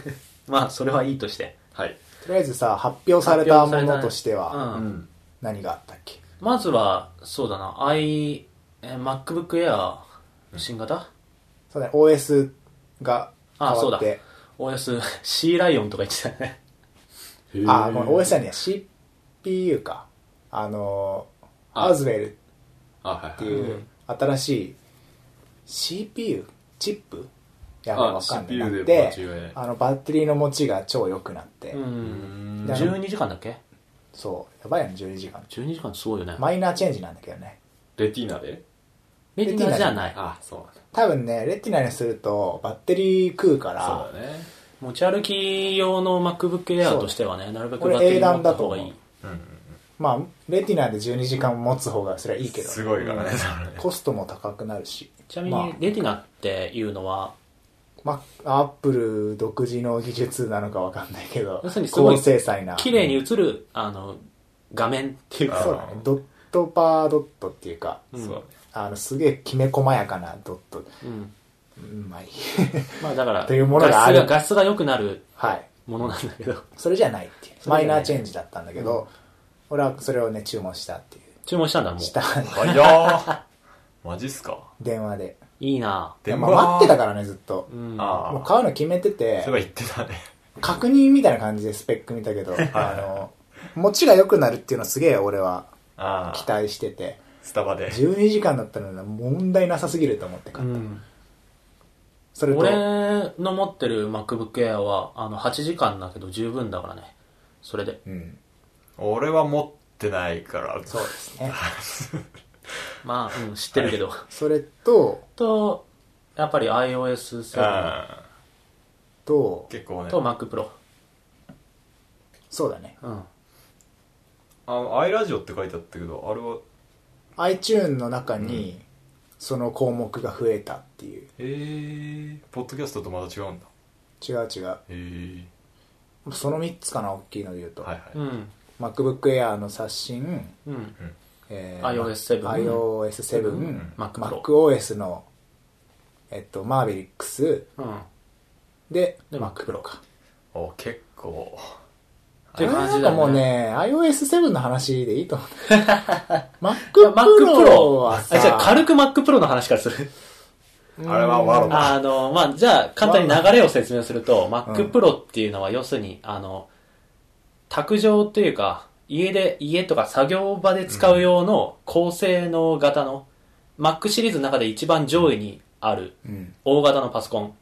S1: まあ、それはいいとして。
S3: はい。
S2: とりあえずさ、発表されたものとしては、
S1: うん
S3: ん。
S2: 何があったっけ
S1: まずは、そうだな、i、えー MacBook Air 新型
S2: そうだね、OS が変
S1: あ、そう
S2: わ
S1: だ
S2: って、。
S1: OS、C ライオンとか言ってたよね。
S2: あ、ごめん、OS じ
S3: い。
S2: ゃねえ、CPU か。あの、
S3: あ
S2: アズベルっ
S3: あ、はい
S2: て
S3: はい。
S2: いう、新しい CPU? チップいや、
S3: あ
S2: わかんない。な
S3: CPU
S2: って
S3: で間違いない、
S2: あの、バッテリーの持ちが超良くなって
S1: う、。
S3: うんん
S2: だ
S1: 12時間だっけ
S2: そう、やばいよね、12時間。
S1: ?12 時間ってすごいよね。
S2: マイナーチェンジなんだけどね。
S3: レティーナで
S1: レティナじゃない。
S3: あ、そうなんだ。
S2: 多分ね、レティナにすると、バッテリー食うから
S3: そう、だね。
S1: 持ち歩き用の MacBook Air としてはね、なるべく
S2: これ
S1: バッテリ
S2: A
S1: ー持
S2: 段
S1: った
S2: だと
S1: 方
S2: 思
S1: が
S2: う
S1: いい。
S2: まあ、レティナで12時間持つ方がそれはいいけど、
S3: すごいからね、それね
S2: コストも高くなるし。
S1: ちなみに、レティナっていうのは、
S2: まあ、アップル独自の技術なのかわかんないけど
S1: 要するに、すごい
S2: 高精細な。
S1: 綺麗に映る、あの、画面っていう
S2: そう
S1: か、
S2: だね。ドットパードットっていうか、
S3: そうだね。
S2: あの、すげえきめ細やかなドット。
S1: うん。
S2: うん、まあいい。
S1: まあだから、
S2: というものがある
S1: 画質画質が良くなる
S2: はい。
S1: ものなんだけど、
S2: それじゃないっていう。
S1: それ
S2: マ
S1: じゃ
S2: イ
S1: ない
S2: ナーチェンジだったんだけど、俺はそれをね、注文したっていう。
S1: 注文したんだ、もう。
S2: した。
S3: 早やー。マジっすか
S2: 電話で。
S1: いいな
S2: で
S3: 電
S2: ま
S3: 話
S2: あ待ってたからね、ずっと
S1: ぁ。う。ん。
S3: あ
S2: もう
S3: あ。
S2: 買うの決めてて
S3: そう、いえば言ってたね。
S2: 確認みたいな感じでスペック見たけど、あの、持ちが良くなるっていうのすげえ俺は
S3: あ
S2: 期待してて。
S3: スタバで。
S2: 12時間だったら問題なさすぎると思って
S1: う
S2: 買った、
S1: ん、
S2: それと
S1: 俺の持ってる MacBook Air はあの8時間だけど十分だからねそれで
S2: うん
S3: 俺は持ってないから。
S2: そうですね
S1: まあ、うん、知ってるけど、
S2: それと
S1: とやっぱり iOS7
S3: あ
S2: と
S3: ー結構ね。
S1: と MacPro、
S2: そうだね
S1: うん、
S3: あ、アイラジオって書いてあったけど、あれは、
S2: iTune の中にその項目が増えたっていう
S3: えー、ポッドキャストとまた違うんだ。
S2: 違う違う
S3: えー、
S2: その3つかな大きいので言うと、
S3: はいはい。
S1: うん
S2: MacBook Air の刷新、
S1: うん
S2: え
S1: iOS7
S2: iOS7、
S1: ん
S2: MacPro MacOS のえっとマーベリックス
S1: うん
S2: で
S1: で MacPro
S2: か
S3: お、結構。
S1: っていう感
S2: な
S1: じ
S2: ん
S1: だ
S2: か
S1: よね
S2: もうね、iOS7 の話でいいと 思う。
S1: いや
S2: MacPro
S1: MacPro
S2: は
S1: あ
S2: さ、
S1: じゃあ軽く MacPro の話からする
S2: うん
S3: あれはワロあ
S1: あのまあじゃあ簡単に流れを説明すると MacPro っていうのは要するにあの卓上というか家で家とか作業場で使う用の高性能型の、Mac シリーズの中で一番上位にある
S2: うん
S1: 大型のパソコン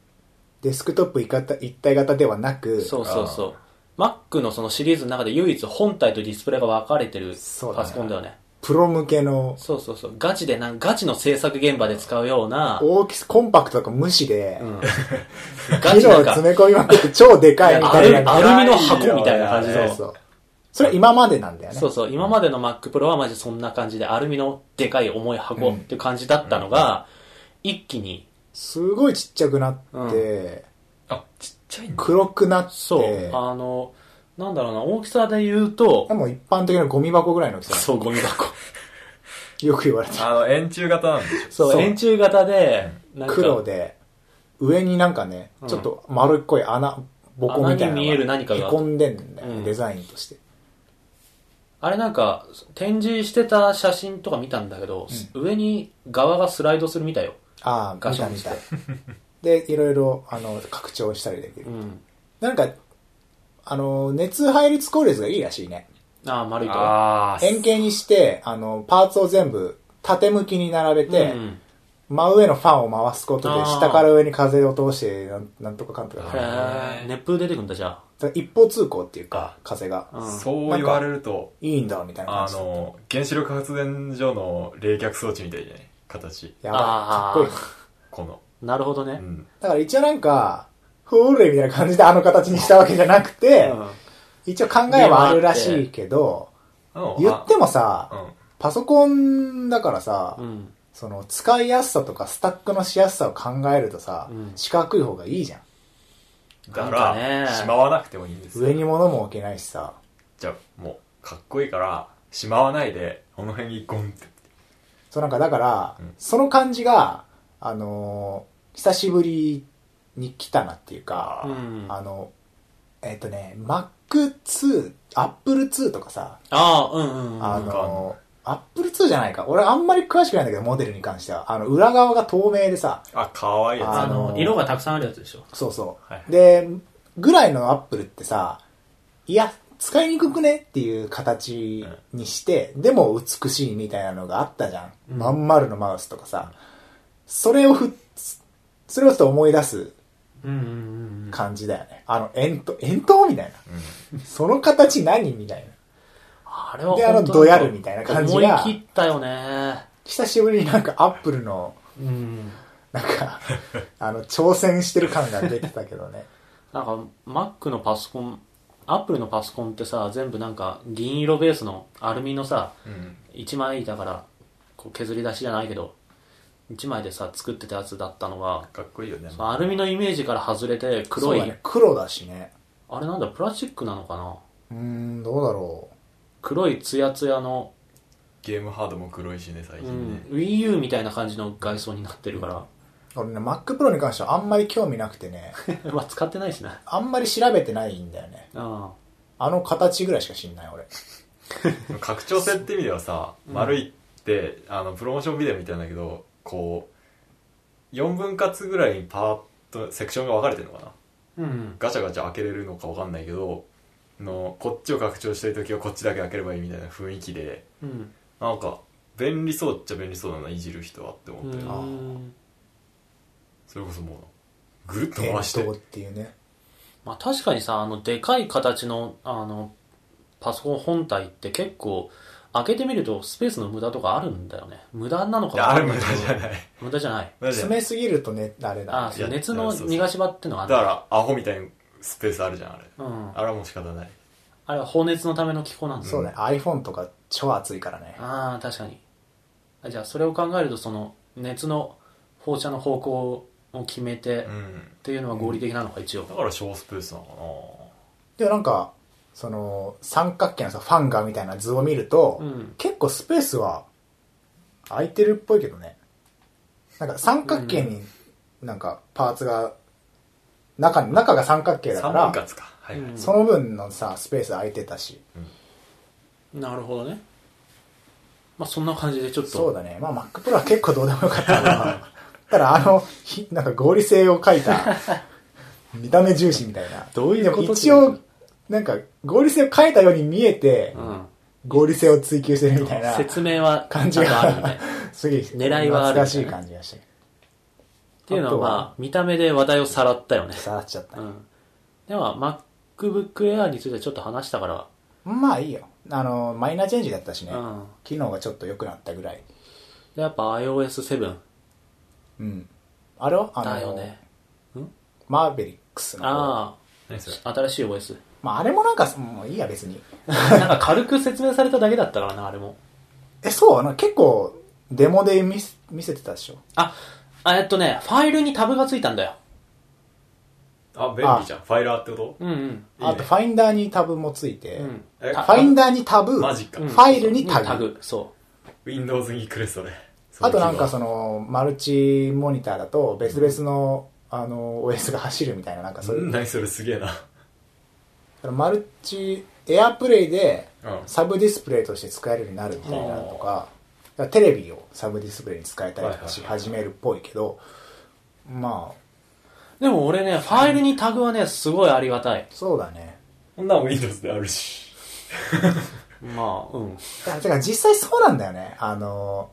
S2: デスクトップ一体一体型ではなく、
S1: そうそうそう。Mac のそのシリーズの中で唯一本体とディスプレイが分かれてる
S2: そうだね
S1: パソコンだよね。
S2: プロ向けの
S1: そうそうそう。ガチでなん、ガチの制作現場で使うような、
S2: 大きさ、コンパクトとか無視で
S1: う、ん。ガ
S2: 機
S1: チ
S2: 能
S1: な
S2: を
S1: んか
S2: 詰め込みまくって超でかいみ
S1: ア
S2: た
S1: ル
S2: い
S1: ミ
S2: な。
S1: アルミの箱みたいな感じ
S2: そう
S1: の。
S2: そう。それ今までなんだよね。
S1: そうそう。今までの Mac Pro はマジそんな感じで、アルミのでかい重い箱っていう感じだったのが、一気に、
S2: すごいちっちゃくなって、
S3: あ、ちっちゃいんだ。
S2: 黒くなって、
S1: そう、あの、なんだろうな、大きさで言うと
S2: で、も一般的なゴミ箱ぐらいの大きさ。
S1: そう、ゴミ箱。
S2: よく言われて
S3: あの、円柱型なんでしょ。
S1: そう、
S2: そう
S1: 円柱型で、なんか
S2: 黒で、上になんかね、ちょっと丸っこい穴、ボコみたいなのが。
S1: 穴に見える何かが
S2: へこんでんだよね、
S1: うん
S2: デザインとして。
S1: あれなんか、展示してた写真とか見たんだけど、上に側がスライドするみたいよ。
S2: ああ、
S1: ガ
S2: 見
S1: シャ
S2: た
S1: ン
S2: 見
S1: して
S2: た。で、いろいろ、あの、拡張したりできる
S1: う。ん。
S2: なんか、あの、熱配列効率がいいらしいね。
S1: ああ、丸いと。
S3: あー
S2: 円形にして、あの、パーツを全部縦向きに並べて、
S1: うん
S2: 真上のファンを回すこと
S1: あ
S2: で、
S1: ー
S2: 下から上に風を通して、なんなんとかかんとか。
S1: へ
S2: だか
S1: え、熱風出てくんだ、じゃあ。
S2: ら一方通行っていうか、風が。
S1: うん
S3: そう言われると、
S2: いいんだ、みたいな感
S3: あ
S2: じ。
S3: の、原子力発電所の冷却装置みたいじゃない形。
S2: やばい。かっこいい。
S3: この。
S1: なるほどね
S3: う。ん。
S2: だから一応なんか、フォーレみたいな感じであの形にしたわけじゃなくて、
S1: うん
S2: 一応考えはあるらしいけど、
S3: うん
S2: 言っても
S3: う
S2: さ、
S3: ん。
S2: パソコンだからさ、
S1: うん。
S2: その使いやすさとかスタックのしやすさを考えるとさ、
S1: うん
S2: 四角い方がいいじゃん。
S3: だか
S1: なん
S3: ら、
S1: かね
S3: しまわなくてもいいんですよ
S2: 上に物も置けないしさ。
S3: じゃあ、もう、かっこいいから、しまわないで、この辺にゴンって。
S2: そうなんかだから、
S3: うん
S2: その感じが、あのー久しぶりに来たなっていうか、
S1: うん
S2: あの、えっ、とね、Mac2、Apple2 とかさ、
S1: ああ、うんうんうん。
S2: あ
S3: わかんな
S2: のー、Apple2 じゃないか。俺あんまり詳しくないんだけど、モデルに関しては。あの、裏側が透明でさ、
S3: あ、かわいいやつ
S1: あ
S3: だ。
S1: の、色がたくさんあるやつでしょ。
S2: そうそう。
S3: はい
S2: で、ぐらいのアップルってさ、いや、使いにくくねっていう形にして、でも美しいみたいなのがあったじゃん。
S1: うん
S2: まん丸のマウスとかさ。それをふっ、それをちょっと思い出す
S1: うんうんうんうん。
S2: 感じだよね。あの、円筒、円筒みたいな。その形何みたいな。
S1: あれは
S2: であの
S1: 本当
S2: どやるみたいな感じが
S1: 思い切ったよね。
S2: 久しぶりになんかアップルの、
S1: うん。
S2: なんか、あの、挑戦してる感が出てたけどね。
S1: なんか、Mac のパソコン、Apple のパソコンってさ、全部なんか、銀色ベースのアルミのさ、
S3: うん。うん。
S1: 一枚だから、こう削り出しじゃないけど、一枚でさ、作ってたやつだったのが、
S3: かっこいいよね。
S1: そのアルミのイメージから外れて、黒い、
S2: そうだね。黒だしね。
S1: あれなんだ、プラスチックなのかな
S2: うーん、どうだろう。
S1: 黒いツヤツヤの、
S3: ゲームハードも黒いしね、最
S1: う
S3: 近
S1: ん
S3: ね。、
S1: Wii U みたいな感じの外装になってる から、
S2: 俺ね、Mac Pro に関してはあんまり興味なくてね、
S1: まあ使ってないしな。
S2: あんまり調べてないんだよね。
S1: あ
S2: あの形ぐらいしか知んない、俺。
S3: 拡張性って意味ではさ、
S1: うん
S3: 丸いってあのプロモーションビデオみたいなんだけどこう4分割ぐらいにパーッとセクションが分かれてるのかな
S1: あ。うん。
S3: ガチャガチャ開けれるのか分かんないけどのこっちを拡張したい時はこっちだけ開ければいいみたいな雰囲気で
S1: うん。
S3: なんか便利そうっちゃ便利そうだないじる人はって思
S1: う
S3: ったよ、
S2: あ
S1: ん。
S3: それこそもうぐるっと
S2: 伝
S3: 回して
S2: 統っていうね。
S1: まあ確かにさ、あの、でかい形の、あの、パソコン本体って結構、開けてみるとスペースの無駄とかあるんだよね。無駄なの
S3: い
S1: か
S3: や
S1: わ
S3: あ
S1: か
S3: れ
S1: ん
S3: 無
S1: な
S3: 駄
S1: い
S3: じゃない
S1: 無駄じゃない。
S3: 無駄じゃ
S2: 詰
S3: ない
S2: めすぎるとね、あれ
S1: あ
S2: だ
S1: あ、
S2: ね。
S1: そう
S3: いや
S1: 熱
S3: いや
S1: の
S3: そうそう
S1: 逃がし場ってのがあ
S3: だ
S1: るんだ。
S3: からアホみたいにスペースあるじゃんあれ
S1: うん。
S3: あれはもう仕方ない
S1: あれは放熱のための気候なんだ。
S2: そうね、iPhone とか超熱いからね。
S1: ああ、確かに。あじゃあ、それを考えると、その、熱の放射の方向を決めて、っ
S3: うん
S1: ていうのは合理的なのか、一応
S3: だ。から小スペースなのかな
S2: でもなんか、その、三角形のさ、ファンガみたいな図を見ると、
S1: うん
S2: 結構スペースは空いてるっぽいけどね。なんか三角形になんかパーツが、中に、中が三角形だか
S3: 三
S2: ら
S3: 分、割かはいはい、
S1: うん
S2: その分のさ、スペース空いてたし。
S1: なるほどね。まあ、そんな感じで、ちょっと。
S2: そうだね。まあ Mac Pro は結構どうでもよかったな。 ただあの、ひなんか合理性を書い た見た目重視みたいな。
S1: どういうこと
S2: でも一応、なんか合理性を書いたように見えて、
S1: うん。
S2: 合理性を追求してるみたいな
S1: 説明は、
S2: 感
S1: ち
S2: じ
S1: ゃんとあるみ
S2: が
S1: た いな。っ、
S2: すげえ
S1: 狙いはある
S2: 懐かしい感じがして。
S1: ていうのは、まあ、見た目で話題をさらったよね。
S2: さらっちゃった
S1: う
S2: ね。
S1: ん。では、MacBook Air についてちょっと話したから、
S2: まあいいよ。あの、マイナーチェンジだったしね。
S1: うん。
S2: 機能がちょっと良くなったぐらい。
S1: で、やっぱ iOS7。
S2: うん。あれはあの、
S1: だよね。
S2: マーベリックスの方
S1: あ
S3: 何それ
S1: あ、新しい OS。
S2: まああれもなんか、もういいや別に。
S1: なんか軽く説明されただけだったからな、あれも。
S2: え、そうなんか結構、デモで見せ見せてたでしょ。
S1: あ、あえっとね、ファイルにタブがついたんだよ。
S3: あ便利じゃんファイラーってこ
S1: うんうん。
S3: といい
S2: あ
S3: ね
S2: と、ファインダーにタブもついて、
S1: うん。
S3: え
S2: フ
S1: た
S2: ァインダーにタブ、フ
S3: マジか
S2: ァイルにタグ。
S1: タグ、そ
S3: Windows にくれそれ
S2: あとなんかそ
S3: の
S2: の、マルチモニターだと、別々の、あの、OS が走るみたいな、なんかそう
S3: う
S2: い
S3: ん
S2: う。
S3: 何それすげえな
S2: マルチ、エアプレイで、
S3: うん
S2: サブディスプレイとして使えるようになるみたいなのとか、だからテレビをサブディスプレイに使えたりとかし
S3: はいはいはい
S2: 始めるっぽいけど、まあ、
S1: う。でも俺ね、ファイルにタグはね、すごいありがたい。
S2: そうだね。
S3: こんなん Windows であるし
S1: まあ、うん。
S2: いや、てか実際そうなんだよね。あの、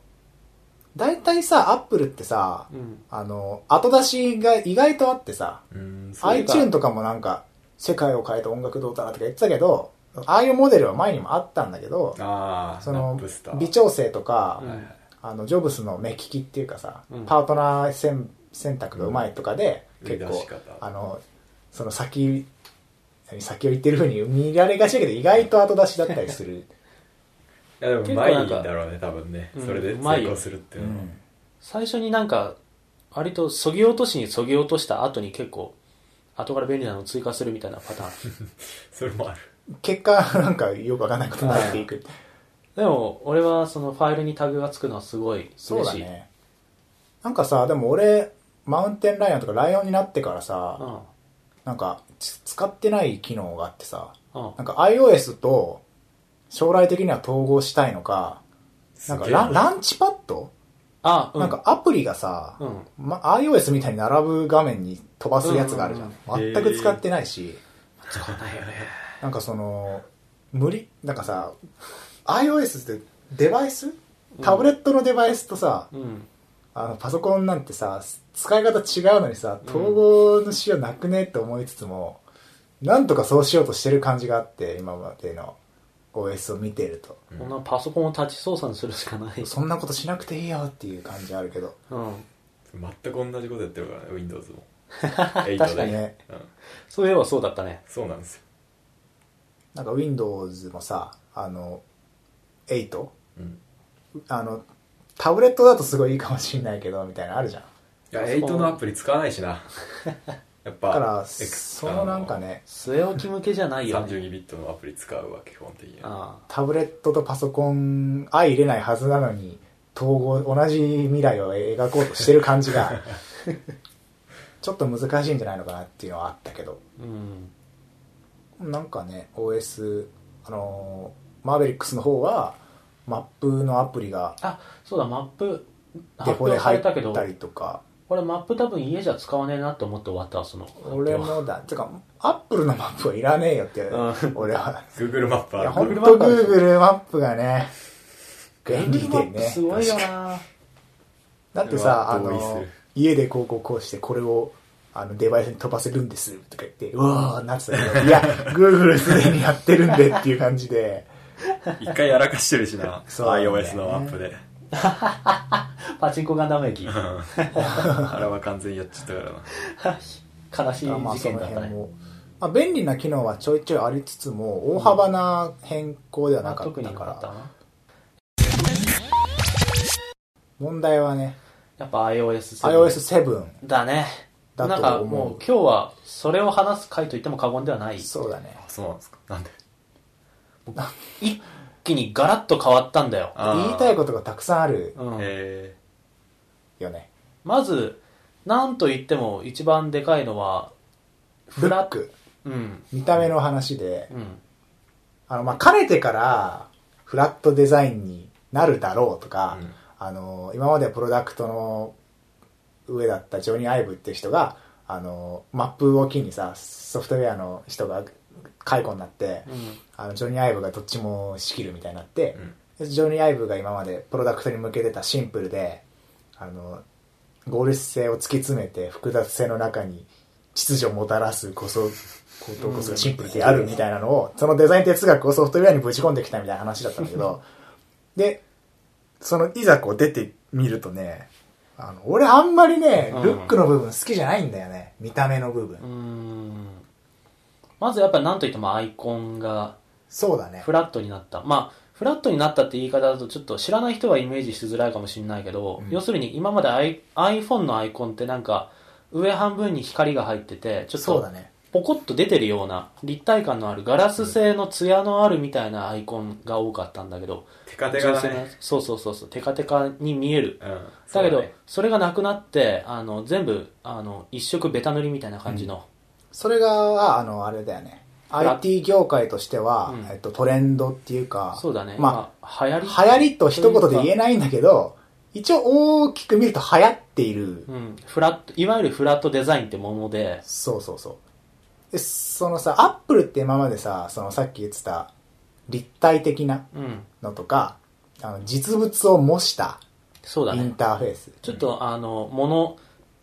S2: 大体さ、アップルってさ、
S1: うん。
S2: あの、後出しが意外とあってさ、
S3: うんそういうか
S2: iTune とかもなんか、世界を変えた音楽どうだなとか言ってたけど、ああいうモデルは前にもあったんだけど、
S3: ああ
S2: その
S3: ブスタ、ー
S2: 微調整とか、
S1: うん
S2: あの、ジョブスの目利きっていうかさ、
S1: うん
S2: パートナー選選択がうまいとかで、
S3: うん
S2: 結
S3: 売り出
S2: 構
S3: し方、
S2: あの、その先、えに先を言ってる風に見られがちだけど、意外と後出しだったりする。
S4: いやでも
S1: 結構
S4: うまい
S1: なん
S4: ん
S1: か
S4: だろうね多分ね、
S1: うん
S4: それで
S1: うま
S4: 成
S1: いよ
S4: 功するっていう
S2: う
S4: のは、
S2: ん
S1: 最初になんか割とそぎ落としにそぎ落とした後に結構後から便利なのを追加するみたいなパター ン
S4: それもある
S2: 結果、なんかよくわかんないことになっていく。
S1: でも俺はそのファイルにタグがつくのはすごい
S2: そう
S1: 嬉
S2: だ
S1: しい、
S2: ね。なんかさ、でも俺、マウンテンライオンとかライオンになってからさ、
S1: うん
S2: なんか、つ使ってない機能があってさ、
S1: うん
S2: なんか iOS と将来的には統合したいのか、なんか
S4: すげえ
S2: ラランチパッド、
S1: あ、う
S2: なんかアプリがさ、
S1: うん
S2: ま、iOS みたいに並ぶ画面に飛ばすやつがあるじゃん。
S4: うんうんうん
S2: 全く使ってないし、
S4: 使わないよね
S2: なんかその、無理、なんかさ、iOS ってデバイスタブレットのデバイスとさ、
S1: うん
S2: あのパソコンなんてさ、使い方違うのにさ、統合の仕様なくねって思いつつも、なんとかそうしようとしてる感じがあって、今までの OS を見てると。
S4: うん
S1: こんなパソコンをタッチ操作にするしかない
S2: そんなことしなくていいよっていう感じあるけど。
S1: うん
S4: 全く同じことやってるからね Windows も確
S2: 確かにね
S4: うん、
S1: そういえばそうだったね
S4: そうなんですよ、
S2: なんか Windows もさ、あの、8?
S4: うん、
S2: あの、タブレットだとすごいいいかもしんないけど、みたいなのあるじゃん。
S4: いや8のアプリ使わないしなやっぱ
S2: だから、
S4: X
S2: そのなんかね、
S1: 据え置き向けじゃないよね
S4: 32ビットのアプリ使うわ基本的には
S1: ああ
S2: タブレットとパソコン相入れないはずなのに、統合、同じ未来を描こうとしてる感じが、ちょっと難しいんじゃないのかなっていうのはあったけど、
S1: うん
S2: なんかね、OS、あのーマーベリックスの方は、マップのアプリが
S1: あそうだマップ
S2: デ
S1: 発
S2: フォで
S1: 表さ
S2: 入
S1: れ
S2: った
S1: けど
S2: たりとか、
S1: 俺マップ多分家じゃ使わねえなって思って終わったわその
S2: 俺もだ、てか、アップルのマップはいらねえよって
S1: う、
S2: 俺は。
S4: Google マップ
S2: いや、
S4: あ
S2: ほ
S4: る
S2: ん
S4: の
S2: と Google マップがね、便利
S1: マ
S2: で
S1: ップ
S2: ね。
S1: すごいよな
S2: だってさ、あ
S4: うわ同意す
S2: の
S4: る、
S2: 家でこうこうこうして、これを、あの、デバイスに飛ばせるんです、とか言って、うわー、なってたけど、いや、Google すでにやってるんでっていう感じで、
S4: 一回やらかしてるしな
S2: そうなんだよね
S4: iOS のアップで
S1: パチンコガンダム駅
S4: うんあれは完全にやっちゃったからな
S1: 悲 しい
S2: まあ、
S1: 事
S2: そ
S1: 件
S2: の
S1: だった
S2: 辺
S1: ね
S2: も、まあ、便利な機能はちょいちょいありつつも、大幅な変更ではなかっ
S1: 特に
S2: た
S1: 良
S2: か
S1: かった
S2: ら、
S1: な
S2: 問題はね、
S1: やっぱ iOS7
S2: iOS7。
S1: だね
S2: だと
S1: な
S2: 思うん
S1: かもう今日はそれを話す回と言っても過言ではない
S2: そうだね。
S4: そうなんですかなんで
S1: 一気にガラッと変わったんだよ、
S4: あー
S2: 言いたいことがたくさんある
S1: うん
S4: え
S2: よね。
S1: まずなんと言っても一番でかいのは
S2: ル
S1: フラ
S2: ッ
S1: ット
S2: ク、
S1: うん
S2: 見た目の話で、
S1: うん
S2: あの、まあ、かねてから、フラットデザインになるだろうとか、
S4: うん
S2: あの、今までプロダクトの上だったジョニー・アイブっていう人が、あの、マップを機にさ、ソフトウェアの人が解雇になって、
S1: うん
S2: あの、ジョニー・アイブがどっちも仕切るみたいになって
S4: ー、うん
S2: でジョニー・アイブが今までプロダクトに向けてたシンプルで、あの、合理性を突き詰めて複雑性の中に秩序をもたらすこそ、ことこそがシンプルであるみたいなのを、そのデザイン哲学をソフトウェアにぶち込んできたみたいな話だったんだ けど、で、そのいざこう出てみるとね、あの俺あんまりね、
S1: うん
S2: ルックの部分好きじゃないんだよね。見た目の部分。
S1: うーんまずやっぱなんといってもアイコンが
S2: そうだね。
S1: フラットになったまあフラットになったって言い方だとちょっと知らない人はイメージしづらいかもしれないけど、
S2: うん
S1: 要するに今までアイ iPhone のアイコンってなんか上半分に光が入っててちょっ
S2: そう
S1: と
S2: だね。
S1: ポコッと出てるような立体感のあるガラス製の艶のあるみたいなアイコンが多かったんだけど、
S4: テカテカだ
S1: 純正の
S4: ね
S1: そうそうそうそうテカテカに見える
S4: うん
S1: だけど
S4: そう
S1: そ,、
S4: ね
S1: れがなくなってあの全部あの一色ベタ塗りみたいな感じの、
S2: それが、あの、あれだよね。
S1: ラ
S2: IT 業界としては、
S1: うん
S2: えっと、トレンドっていうか、
S1: そうだね、
S2: ま
S1: まあ、流行り
S2: あ、流行りと一言で言えないんだけど、一応大きく見ると流行っている。
S1: うん、フラットいわゆるフラットデザインってもので、
S2: そうそうそう。で、そのさ、アップルって今までさ、そのさっき言ってた、立体的な
S1: うん、
S2: のとか、あの実物を模した
S1: そうだ
S2: イン
S1: ね
S2: ターフェース。
S1: ちょっとあのもの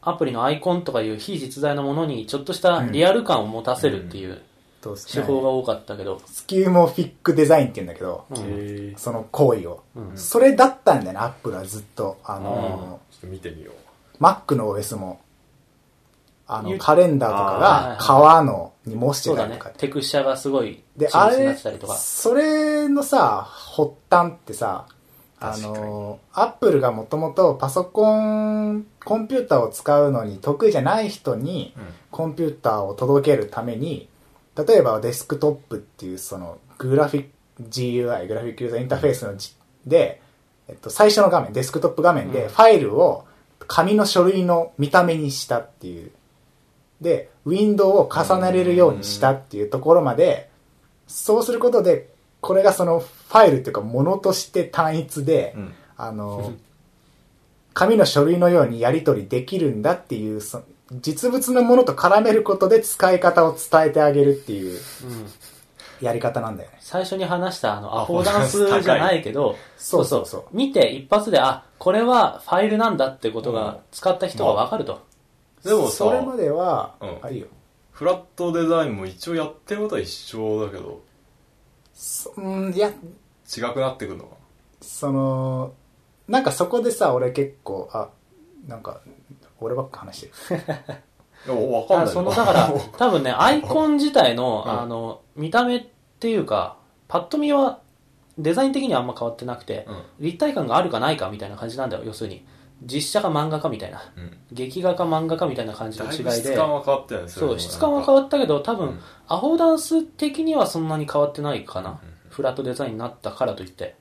S1: アプリのアイコンとかいう非実在のものにちょっとしたリアル感を持たせるっていう
S2: と
S1: 手法が多かったけど、
S2: スキューモフィックデザインって言うんだけど、
S1: うん
S4: えーちょ
S2: その行為を、
S1: うん
S2: それだったんだよね、アップルはずっと。あの
S4: っと見てみよう
S2: Mac の OS も、あの、
S1: ゆ
S2: カレンダーとか
S1: あーはいはい
S2: が、革のに模して
S1: そう
S2: た
S1: だ
S2: りと
S1: ね
S2: か。。
S1: テクスチャがすごい、
S2: で、
S1: 緻
S2: あ
S1: 密にな
S2: れ
S1: ってたりと、か。
S2: それのさ、発端ってさ、あの、アップルがもともとパソコン、コンピューターを使うのに得意じゃない人に、コンピューターを届けるために、例えばデスクトップっていうそのグラフィック GUI、グラフィックユーザーインターフェースのじで、えっと、最初の画面、デスクトップ画面
S1: う
S2: で
S1: ん
S2: ファイルを紙の書類の見た目にしたっていう。で、ウィンドウを重ねれるようにしたっていうところまで、そうすることで、これがそのファイルっていうかものとして単一で、
S3: うん
S2: あ の、紙の書類のようにやり取りできるんだっていう、そ実物のものと絡めることで使い方を伝えてあげるっていう
S1: うん
S2: やり方なんだよね。
S1: 最初に話したあの、アフォーダンスじゃないけど、
S2: そうそうそう。
S1: 見て一発で、あ、これはファイルなんだってことが、使った人がわかると。
S3: でもさ
S2: それまでは、
S3: うん
S2: あ、いいよ。
S3: フラットデザインも一応やってることは一緒だけど、
S2: そうん、いや、
S3: 違くなってくるのか
S2: その、なんかそこでさ、俺結構、あ、なんか、俺ばっか話してる。
S3: な。いや、わかん
S1: あ
S3: ない。
S1: その、だ から、多分ね、アイコン自体の、
S3: うん
S1: あの、見た目っていうか、パッと見は、デザイン的にはあんま変わってなくて、
S3: うん
S1: 立体感があるかないかみたいな感じなんだよ、要するに。実写か漫画かみたいな。
S3: うん。
S1: 劇画か漫画かみたいな感じの
S3: だい
S1: 違
S3: ぶ
S1: いで
S3: 質。感は変わったよね、れ
S1: そ
S3: も
S1: う、質感は変わったけど、多
S3: う
S1: 分
S3: ん、
S1: アフォーダンス的にはそんなに変わってないかな。フラットデザインになったからといって。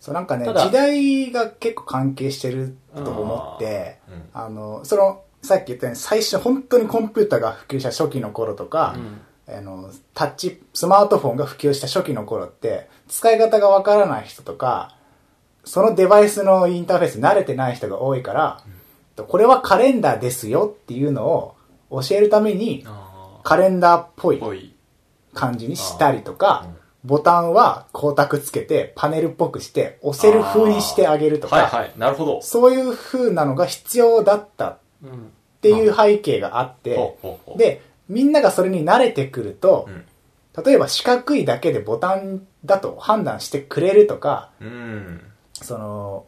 S2: そう、なんかね、
S1: ただ
S2: 時代が結構関係してると思って、
S3: うん
S2: あの、その、さっき言ったように最初、本当にコンピュータが普及した初期の頃とか、
S1: うん
S2: あの、タッチ、スマートフォンが普及した初期の頃って、使い方がわからない人とか、そのデバイスのインターフェースに慣れてない人が多いから、これはカレンダーですよっていうのを教えるために、
S3: あ
S2: カレンダーっぽ
S3: ー
S2: い
S3: ぽい。
S2: 感じにしたりとか
S3: あーうん、
S2: ボタンは光沢つけてパネルっぽくして押せる風にしてあげると
S3: はい
S2: か、
S3: はい、なるほど。
S2: そういう風なのが必要だったっ
S1: うん。
S2: ていう背景があって
S3: ほ、うほうほう、
S2: で、みんながそれに慣れてくると
S3: う、ん
S2: 例えば四角いだけでボタンだと判断してくれるとか、
S3: うん。
S2: その、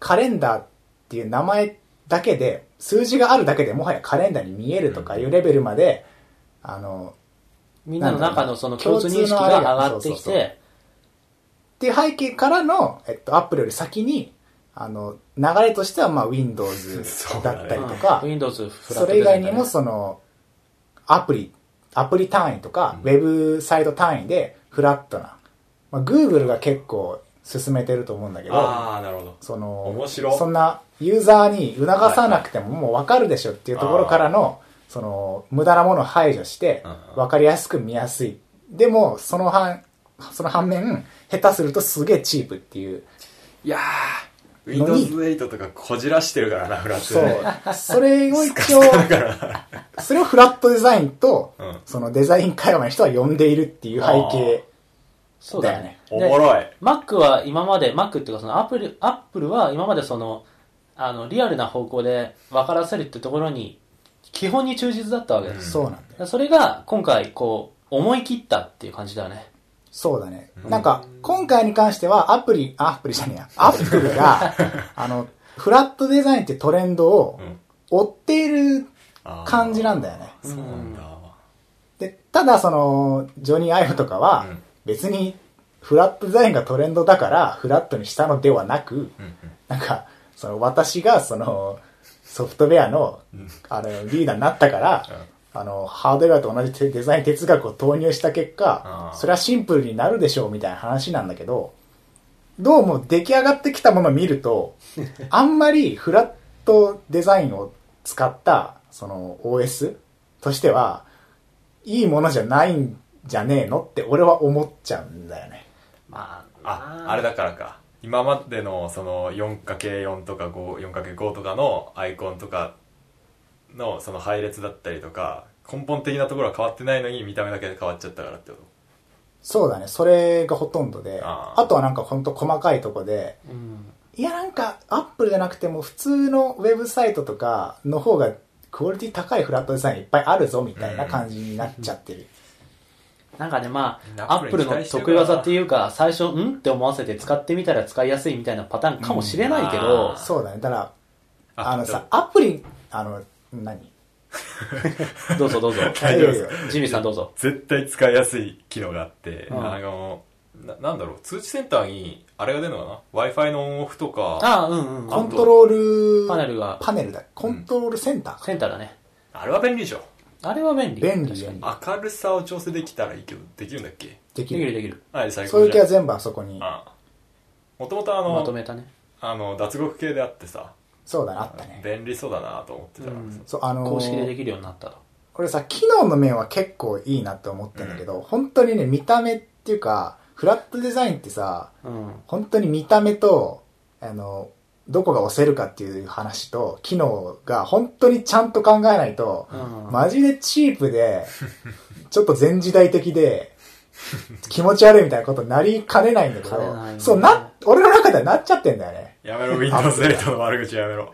S2: カレンダーっていう名前だけで、数字があるだけでもはやカレンダーに見えるとかいうレベルまで、あの、
S1: みんなの中のその共通認識
S2: 共通の
S1: が
S2: あ
S1: 上
S2: れが
S1: がってき
S2: そうそうそう
S1: て、
S2: っていう背景からの、えっと、アップルより先に、あの、流れとしては、まあ、Windows
S3: そうだ
S2: だ
S3: ね
S2: ったりとか、
S1: うん Windows フラッ
S2: そ
S1: ト
S2: れ
S1: デ
S2: 以
S1: ザ
S2: 外
S1: インだ
S2: に
S1: ね
S2: も、その、アプリ、アプリ単位とか、ウェブサイト単位で、フラットな。まあ、Google が結構進めてると思うんだけど、
S3: ああ、なるほど。
S2: その、
S3: 面白
S2: そんな、ユーザーに促さなくても、もうわかるでしょっていうところからの、その、無駄なものを排除して
S3: うん、うん
S2: わかりやすく見やすい。でも、その反、その反面、下手するとすげえチープっていう。
S3: いやー、
S2: のに
S3: Windows 8とかこじらしてるからな、フラット
S2: そ
S3: ね。
S2: う。それを一応、それをフラットデザインと、
S3: うん
S2: そのデザイン界隈の人は呼んでいるっていう背景。
S1: そうだよね。
S3: おもろい。
S1: Mac は今まで、Mac っていうかそのアプリ、Apple は今までその、あの、リアルな方向で分からせるってところに、基本に忠実だったわけです。
S2: そうなんだよ。
S1: それが今回、こう、思い切ったっていう感じだよね。
S2: そうだね。なんか、今回に関しては、アプリ、あアプリじゃね えや、アップルが、あの、フラットデザインってトレンドを
S3: うん
S2: 追っている
S3: あー
S2: 感じなんだよね。
S3: そうなんだ。
S2: で、ただその、ジョニー・アイブとかは
S3: うん、
S2: 別に、フラットデザインがトレンドだから、フラットにしたのではなく、
S3: うんうん
S2: なんか、その、私が、その、ソフトウェアの、あの、リーダーになったから、あの、ハードウェアと同じデデザイン哲学を投入した結
S3: あ
S2: 果
S3: ー、
S2: それはシンプルになるでしょう、みたいな話なんだけど、どうも出来上がってきたものを見ると、あんまりフラットデザインを使った、その OS としては、いいものじゃないんじゃねえのって俺は思っちゃうんだよね。
S1: まあ、
S3: あ、あれだからか。今までのその 4×4 とか 5- 4×5 とかのアイコンとかのその配列だったりとか、根本的なところは変わってないのに見た目だけで変わっちゃったからってこ
S2: そうだね、それがほとんどで、
S3: あ
S2: あ
S3: ー
S2: とはなんかほんと細かいとこで、
S1: うん。
S2: いやなんかアップルじゃなくても普通のウェブサイトとかの方がクオリティ高いフラットデザインいっぱいあるぞみたいな感じになっちゃってる。
S1: なんかね、ま
S3: みん
S1: あ、
S3: な
S1: アップル
S3: Apple に期
S1: の
S3: 待してる
S1: 得意技っていうか、最初、んって思わせて使ってみたら使いやすいみたいなパターンかもしれないけ
S3: うん
S1: ど
S3: あ、
S2: そうだね、だから、
S3: あ
S2: あの
S3: だ
S2: さ、アプリ、あの、何
S1: どうぞどうぞ。
S3: 大丈夫ですか
S1: ジミーさんどうぞ。
S3: 絶対使いやすい機能があって、
S1: うん
S3: あのな、なんだろう、通知センターに、あれが出るのかな ?Wi-Fi のオンオフとか、あ
S1: ああ、うんうん。
S2: コントロール、
S1: パネルが
S2: パネルだ。コントロールセンターか。
S1: センターだね。
S3: れは便利でしょ。
S1: あれは便利。
S2: 便利
S1: 確かに
S2: 便
S3: 明るさを調整できたらいいけど、できるんだっけ
S1: で
S2: でき
S1: きる
S2: る。
S1: できる。
S3: あれ最
S2: そう
S3: 高
S2: いう
S3: じ
S2: 系
S3: ゃ
S2: は
S3: ん。
S2: 全部あそこに。
S3: もともとあ
S1: まと
S3: の、
S1: めたね。
S3: あの、脱獄系であってさ、
S2: そうだね、あったね。
S3: 便利そうだなと思ってたら、
S1: うん
S2: そう、あのー
S1: 公式でできるようになったと。
S2: これさ、機能の面は結構いいなって思ってんだけど、本当にね、見た目っていうか、フラットデザインってさ、
S1: うん。
S2: 本当に見た目と、あの、どこが押せるかっていう話と、機能が本当にちゃんと考えないと、
S1: うん
S2: マジでチープで、 ちょっと前時代的で、気持ち悪いみたいなことになりかねないんだけ
S1: かねない
S2: ど、
S1: ね
S2: そうな、俺の中ではなっちゃってんだよね。
S3: やめろ、Windows 8の悪口やめろ。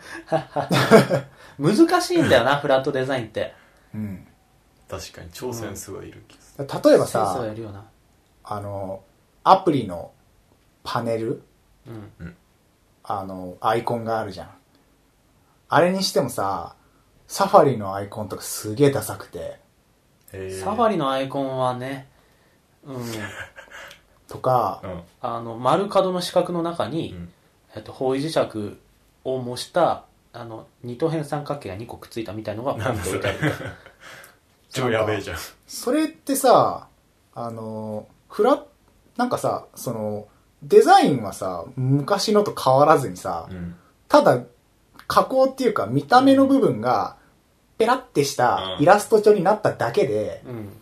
S1: 難しいんだ よな、フラットデザインって。
S2: うん。
S3: 確かに、挑戦数はいる気がす
S2: 例えば
S1: センサーや
S2: さ、
S1: るよな。
S2: あの、アプリのパネル
S1: うん。
S2: あの、アイコンがあるじゃん。あれにしてもさ、サファリのアイコンとかすげえダサくて、
S3: る。へー
S1: サファリのアイコンはね、 うん。
S2: とか
S3: う、ん。
S1: あの、丸角の四角の中に、
S3: うん
S1: えっと、方位磁石を模した、あの、二等辺三角形が2個くっついたみたいのがポンと置いてあ る。
S3: 超やべえじゃん。
S2: それってさ、あの、フラなんかさ、その、デザインはさ、昔のと変わらずにさ、
S3: うん。
S2: ただ、加工っていうか見た目の部分が、ペラってした
S3: うん
S2: イラスト調になっただけで、
S1: うん。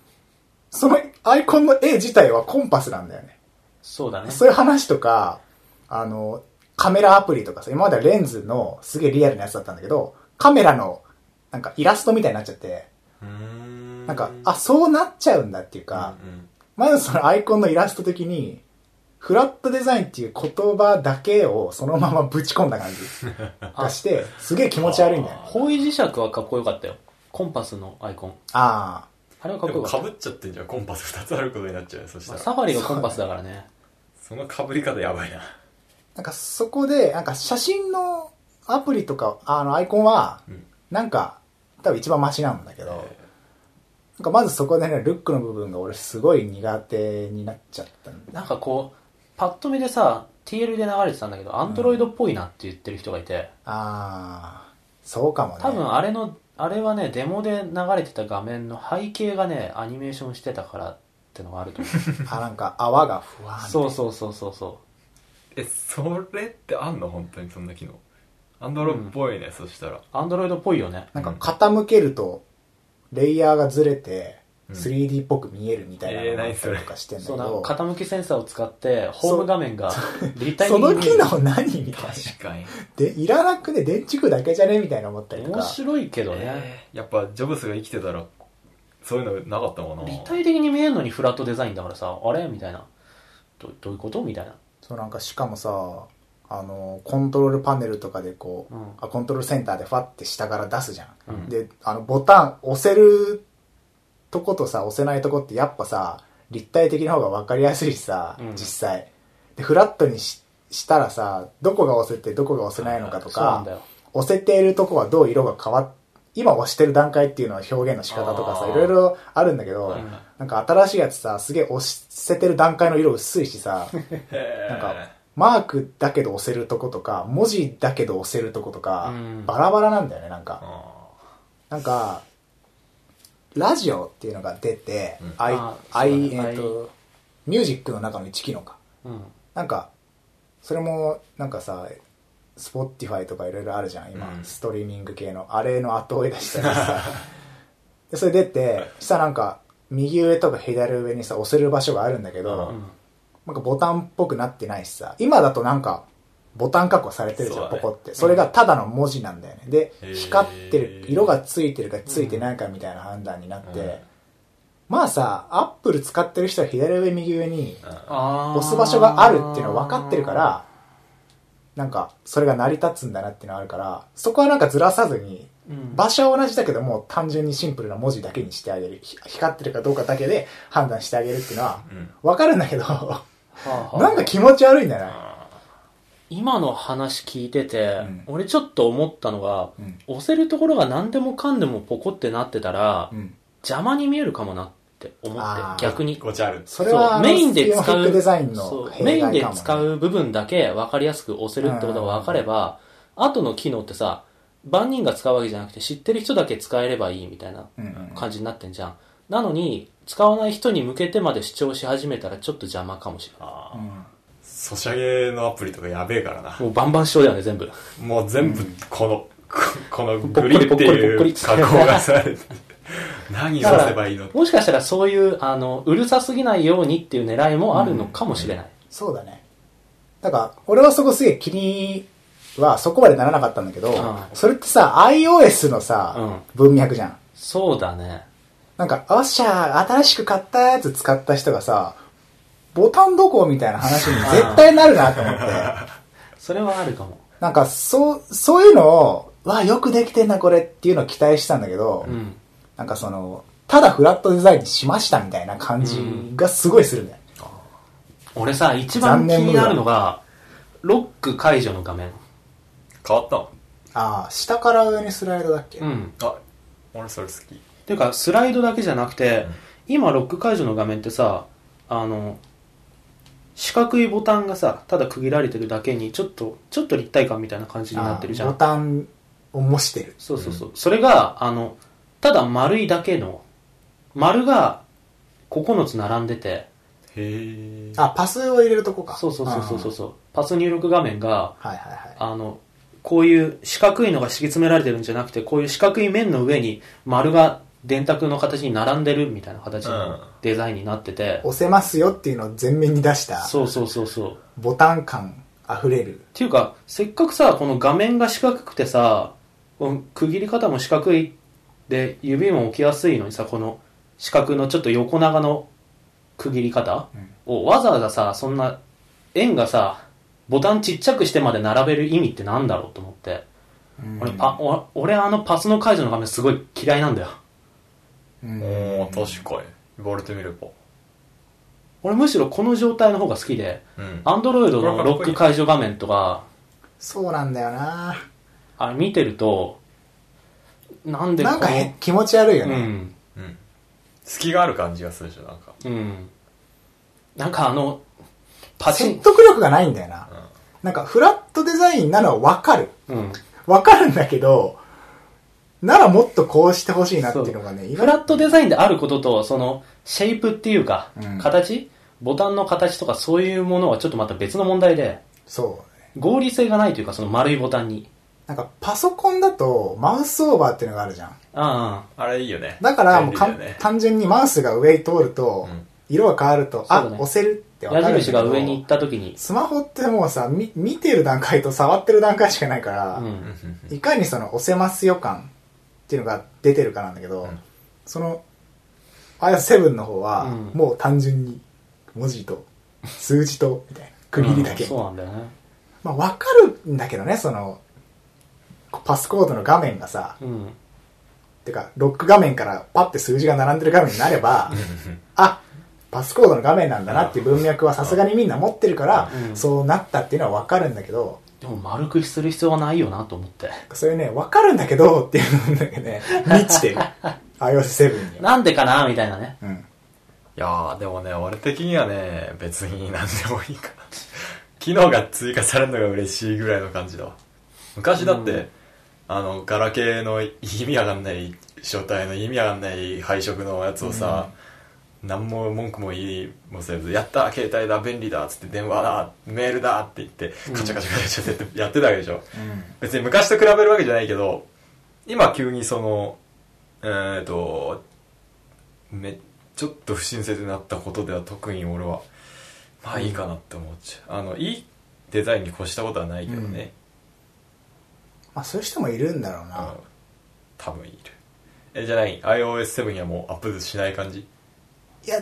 S2: そのアイコンの絵自体はコンパスなんだよね。
S1: そうだね。
S2: そういう話とか、あの、カメラアプリとかさ、今まではレンズのすげえリアルなやつだったんだけど、カメラのなんかイラストみたいになっちゃって、
S3: うーん
S2: なんか、あ、そうなっちゃうんだっていうか、まずそのアイコンのイラスト的に、フラットデザインっていう言葉だけをそのままぶち込んだ 感じがして、すげえ気持ち悪いんだよね。
S1: 方位磁石はかっこよかったよ。コンパスのアイコン。
S2: あ
S1: あれはかっ
S3: で
S1: こよ
S3: も
S1: か
S3: か
S1: った。
S3: ぶっちゃってんじゃん、コンパス2つあることになっちゃうよ、そした
S1: まあ
S3: ら。
S1: サファリがコンパスだからね。
S3: その被り方やばいな。
S2: あ。なんかそこで、なんか写真のアプリとか、あのアイコンは
S3: うん、
S2: なんか、多分一番マシなんだけど、
S3: え
S2: なんかまずそこでね、ルックの部分が俺すごい苦手になっちゃったんだ。
S1: なんかこう、パッと見でさ、TL で流れてたんだけど、アンドロイドっぽいなって言ってる人がいて、
S2: あー、そうかもね。
S1: 多分あれの、あれはね、デモで流れてた画面の背景がね、アニメーションしてたからってのがあると思 う。
S2: あ、なんか泡がふわーんって。
S1: そうそうそうそうそ
S3: え、それってあんの本当にそんな機能。アンドロイドっぽいね、そしたら。
S1: う。アンドロイドっぽいよね。
S2: なんか傾けると、レイヤーがずれて、
S3: うん
S2: 3D っぽく見えるみたいな
S3: えー
S2: のがあ
S3: 何
S2: った
S3: そ
S2: り
S3: れ
S2: とかしてんだけ
S1: そう、なんか
S2: ど、
S1: 傾きセンサーを使って、ホーム画面が立体
S2: そ
S1: 的に
S2: の
S1: 見え
S2: 機
S1: る。
S2: 能何みたいな。
S3: 確かに。
S2: で、いらなくね、電池区だけじゃねみたいな思ったりと
S1: 面
S2: か。
S1: 白いけどね。
S3: やっぱ、ジョブスが生きてたら、そういうのなかったもんな。
S1: 立体的に見えるのにフラットデザインだからさ、あれみたいな。どどういうことみたいな。
S2: そうなんかしかもさ、あの、コントロールパネルとかでこう、
S1: うん
S2: あコントロールセンターでファって下から出すじゃん。
S1: うん
S2: で、あの、ボタン押せるとことさ、押せないとこってやっぱさ、立体的な方が分かりやすいしさ、
S1: うん
S2: 実際。で、フラットにししたらさ、どこが押せてどこが押せないのかと
S1: そうなんだ
S2: か、
S1: よ。
S2: 押せているとこはどう色が変わっ、今押してる段階っていうのは表現の仕方とか
S3: あ
S2: さ、
S3: ー
S2: いろいろあるんだけど、なんか新しいやつさ、すげえ押せてる段階の色薄い しさ、
S3: へー
S2: なんか、マークだけど押せるとことか、文字だけど押せるとことか
S1: うん、
S2: バラバラなんだよね、なんか。
S3: あ
S2: なんか、ラジオっていうのが出て
S3: うん、
S2: アイ
S1: あ、
S2: ア
S1: そう
S2: イ、
S1: だね
S2: えっと、ミュージックの中の1機能か。
S1: うん。
S2: なんか、それも、なんかさ、スポティファイとかいろいろあるじゃん、今、
S3: うん
S2: ストリーミング系の。あれの後追い出したりさ。で、それ出て、下なんか、右上とか左上にさ、押せる場所があるんだけど、
S1: うん
S2: なんかボタンっぽくなってないしさ、今だとなんか、ボタン加工されてるじゃん、
S3: そうだね
S2: ポコって。それがただの文字なんだよね。で
S3: へ、ー
S2: 光ってる、色がついてるかついてないかみたいな判断になって、
S3: うん
S2: まあさ、アップル使ってる人は左上右上に
S3: あ
S1: あー
S2: 押す場所があるっていうのは分かってるか、ら、なんか、それが成り立つんだなっていうのはあるから、そこはなんかずらさずに、
S1: うん
S2: 場所は同じだけども、単純にシンプルな文字だけにしてあげる。ひ光ってるかどうかだけで判断してあげるっていうのは、
S3: うん
S2: 分かるんだけど、
S1: はあはあ
S2: なんか気持ち悪いんだよね。
S3: あ
S1: 今の話聞いてて、
S2: ん
S1: 俺ちょっと思ったのが、
S2: うん
S1: 押せるところが何でもかんでもポコってなってたら、
S2: うん
S1: 邪魔に見えるかもなって思って
S2: あー、
S1: 逆に。
S3: ごちゃある。
S2: それは
S1: そう
S2: あの
S1: メインで
S2: スキ
S1: 使
S2: ンフィッ
S1: う
S2: クデザイ
S1: そ
S2: ンの
S1: う
S2: 弊
S1: メ
S2: 害
S1: イ
S2: か
S1: ン
S2: も
S1: で
S2: ね
S1: 使う部分だけ分かりやすく押せるってことが分かれば、後の機能ってさ、万人が使うわけじゃなくて知ってる人だけ使えればいいみたいな
S2: うんうん
S1: 感じになってんじゃん。なのに、使わない人に向けてまで主張し始めたらちょっと邪魔かもしれな。。
S3: あ
S2: う
S3: あ。
S2: ん
S3: ソシャゲのアプリとかやべえからない
S1: もうバンバン主張だよね、全部。
S3: もう全部、この、ここの
S1: ぽっこ
S3: グ
S1: り
S3: リーンってい
S1: ぽっこり
S3: う
S1: ぽっこり
S3: 加工がされて、何を押せばいいの
S1: もしかしたらそういう、あの、うるさすぎないようにっていう狙いもあるのかもしれない。
S2: そうだね。だから、俺はそこすげえ気には、そこまでならなかったんだけど、
S1: うん
S2: それってさ、iOS のさ、文脈じゃん。
S1: そうだね。
S2: なんか、おっしゃー、新しく買ったやつ使った人がさ、ボタンどこみたいな話に絶対なるなと思って。
S1: それはあるかも。
S2: なんか、そう、そういうのを、わ、よくできてんな、これっていうのを期待してたんだけど、
S1: うん。
S2: なんかその、ただフラットデザインしましたみたいな感じがすごいするんだよ。
S1: 俺さ、一番気になるのが、ロック解除の画面。
S3: 変わったの
S2: ああ、下から上にスライドだっけ、
S1: うん。
S3: あ、俺それ好き。
S1: ていうか、スライドだけじゃなくて、今ロック解除の画面ってさ、あの、四角いボタンがさ、ただ区切られてるだけに、ちょっと、ちょっと立体感みたいな感じになってるじゃ
S2: あーボ
S1: ん。
S2: タンを模してる。
S1: そうそうそう。それが、あの、ただ丸いだけの、丸が9つ並んでて、
S3: へえ。
S2: あ、パスを入れるとこか。
S1: そうそうそうそう
S2: あ
S1: そう。パス入力画面が、
S2: ー。はいはいはい。
S1: あの、こういう四角いのが敷き詰められてるんじゃなくて、こういう四角い面の上に丸が電卓の形に並んでるみたいな形
S3: うん
S1: のデザインになってて、
S2: 押せますよっていうのを前面に出した、
S1: そうそうそうそう。っ
S2: ボタン感溢れる。
S1: ていうか、せっかくさ、この画面が四角くてさ、この区切り方も四角いで、指も置きやすいのにさ、この四角のちょっと横長の区切り方をわざわざさ、そんな円がさ、ボタンちっちゃくしてまで並べる意味ってなんだろうと思って。俺パお俺あのパスの解除の画面すごい嫌いなんだよ
S2: うん
S3: おー、確かに。言われてみれば。
S1: 俺むしろこの状態の方が好きで
S3: うん。
S1: アンドロイドのロック解除画面とか
S2: そうなんだよな
S1: あれ見てるとなんでこ
S2: な
S1: の
S2: んかへ気持ち悪いよ
S1: う
S2: ね。
S1: ん
S3: うん。隙がある感じがするでしょ、なんか。
S1: うんなんかあのパチ
S2: 説
S1: ン
S2: 得力がないんだよな。なんかフラットデザインなのはわかる。
S1: うん
S2: わかるんだけど、ならもっとこうしてほしいなっていうのがね、
S1: フラットデザインであることとそのシェイプっていうか、
S2: うん
S1: 形ボタンの形とかそういうものはちょっとまた別の問題で
S2: そう。
S1: 合理性がないというかその丸いボタンに
S2: なんかパソコンだとマウスオーバーっていうのがあるじゃん。
S1: あ
S3: あれいいよね。
S2: だからもう
S3: 便利
S2: か
S3: だ
S2: ん、
S3: よね。
S2: 単純にマウスが上に通ると、
S3: うん
S2: 色が変わると、
S1: そう
S2: あ
S1: だね、
S2: 押せるって
S1: あ
S2: わか
S1: 矢
S2: るんだ
S1: 印
S2: けど
S1: が上に行った時に
S2: スマホってもうさ、み見てる段階と触ってる段階しかないか
S1: う
S2: ら、
S1: ん
S2: いかにその押せますよ感っていうのが出てるかなんだけど、
S3: うん
S2: その iOS7 の方は、
S1: うん
S2: もう単純に文字と数字と、みたいな、区切りだけ。
S1: うんそうなんだよね
S2: まあわかるんだけどね、その、パスコードの画面がさ、
S1: うん
S2: てか、ロック画面からパッて数字が並んでる画面になれば、あパスコードの画面なんだなっていう文脈はさすがにみんな持ってるから、
S1: うん
S2: そうなったっていうのはわかるんだけど、
S1: でも丸くする必要はないよなと思って。
S2: それね、わかるんだけどっていうのだけね、満ちてる。iOS7 には。
S1: なんでかなみたいなね。
S2: うん。
S3: いやー、でもね、俺的にはね、別に何でもいいから。機能が追加されるのが嬉しいぐらいの感じだわ。昔だって、
S1: うん
S3: あの、ガラケーの意味わかんない、書体の意味わかんない配色のやつをさ、何も文句も言いもせず、やった携帯だ、便利だ、つって電話だ、メールだって言って、カチャカチャカチャカチャってやってたわけでしょ。別に昔と比べるわけじゃないけど、今急にその、えーと、め、ちょっと不親切になったことでは特に俺は、まあいいかなって思っちゃう。あの、いいデザインに越したことはないけどね。
S2: まあそういう人もいるんだろう
S3: うん
S2: な。
S3: 多分いる。え、じゃない、iOS7 にはもうアップデートしない感じ
S2: いや、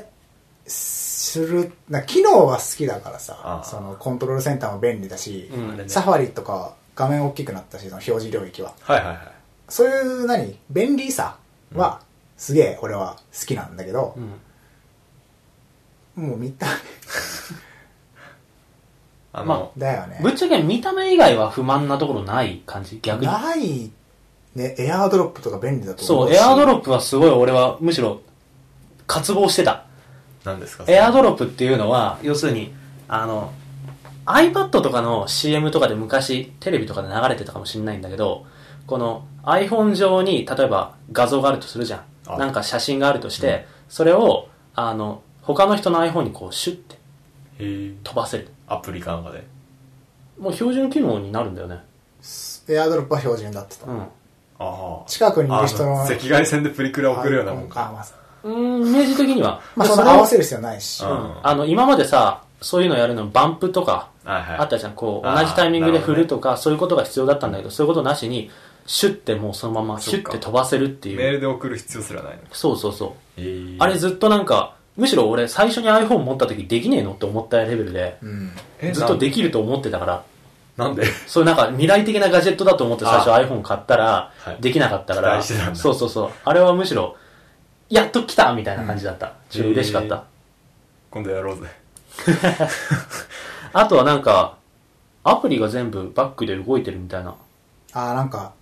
S2: する、な機能は好きだからさ
S3: あ、ー
S2: そのコントロールセンターも便利だし、
S1: うん
S3: あれね
S2: サファリとか画面大きくなったし、その表示領域は。
S3: はいはいはい。
S2: そういう何便利さは、すげえ俺は好きなんだけど
S1: う、ん。
S2: もう見た
S4: あの、
S1: ま
S2: だよね。
S1: ぶっちゃけ見た目以外は不満なところない感じ逆に。
S2: ない、ね、エアードロップとか便利だと
S1: そ
S2: 思
S1: うう、
S2: し。
S1: エアードロップはすごい俺はむしろ渇望してた。
S4: 何ですか
S1: エアードロップっていうのは、要するに、あの、iPad とかの CM とかで昔テレビとかで流れてたかもしれないんだけど、この iPhone 上に例えば画像があるとするじゃ
S4: あ
S1: ん。なんか写真があるとして、それを、あの、他の人の iPhone にこうシュッて
S4: へー
S1: 飛ばせる。
S4: アプリかなんかで
S1: もう標準機能になるんだよね。
S2: エアードロップは標準だってた。
S1: うん。
S4: ああ
S2: 近くにいる人の。
S4: あ赤外線でプリクラ送るようなもん
S2: あ
S4: か
S2: まあ、
S1: うーん、イメージ的には。
S2: まあ、
S1: で
S2: その合わせる必要ないし。
S4: う
S1: うんんあの、今までさ、そういうのやるのにバンプとか、
S4: はいはい
S1: あったじゃん。こう、
S4: あー
S1: 同じタイミングで振
S4: なる
S1: る
S4: ほ
S1: とか、そういうことが必要だったんだけど、そういうことなしに、シュッてもうそのまま、
S4: そ
S1: シ
S4: っ
S1: ュ
S4: か
S1: ッて飛ばせるって
S4: メー
S1: いう。
S4: ルで送る必要すらないの
S1: そうそうそう。
S4: えー
S1: あれずっとなんか、むしろ俺最初に iPhone 持った時できねえのって思ったレベルで、
S2: うん。
S4: え
S1: ずっとできると思ってたから、
S4: なんで
S1: そういうなんか未来的なガジェットだと思って最初
S4: あ
S1: iPhone 買ったら
S4: は、い
S1: できなかったか
S4: 期
S1: ら、
S4: 待してたんだ
S1: そうそうそう。あれはむしろ、やっと来たみたいな感じだった。ちょっと嬉しかった。
S4: 今度やろうぜ
S1: あとはなんか、アプリが全部バックで動いてるみたいな
S2: ああ、なんか、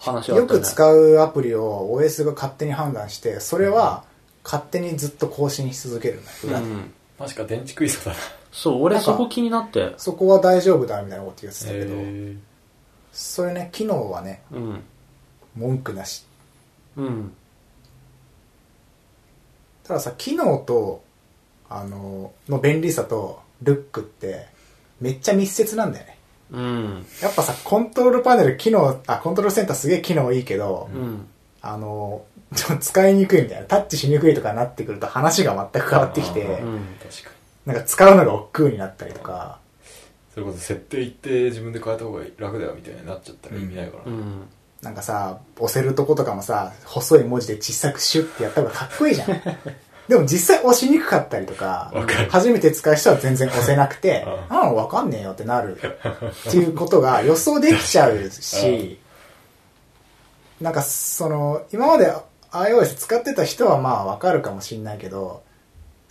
S1: 話はあ
S2: よ
S1: ったよ
S2: く
S1: ね。
S2: 使うアプリを OS が勝手に判断して、それは勝手にずっと更新し続けるんだよ
S1: うん。
S4: マジか電池食い そうだな
S1: そう、俺
S2: なんか
S1: そこ気になって。
S2: そこは大丈夫だみたいなこと言ってたけど、
S4: え
S2: それね、機能はね、
S1: うん。
S2: 文句なし。
S1: うん。
S2: たださ、機能と、あの、の便利さと、ルックって、めっちゃ密接なんだよね。
S1: うん。
S2: やっぱさ、コントロールパネル機能、あ、コントロールセンターすげえ機能いいけど、
S1: うん。
S2: あの、ちょっと使いにくいみたいな、タッチしにくいとかなってくると話が全く変わってきて、
S4: う
S1: うん。
S4: 確かに
S2: なんか使うのが億劫になったりとか、
S4: それこそ設定行って自分で変えた方が楽だよみたいになっちゃったら意味ないから
S1: う
S4: ね
S1: ん。
S2: なんかさ、押せるとことかもさ、細い文字で小さくシュッてやった方がかっこいいじ ゃん。でも実際押しにくかったりとか
S4: わかる、
S2: 初めて使う人は全然押せなくて
S4: あ、
S2: あのわかんねえよって なるっていうことが予想できちゃうし、なんかその、今まで iOS 使ってた人はまあわかるかもしんないけど、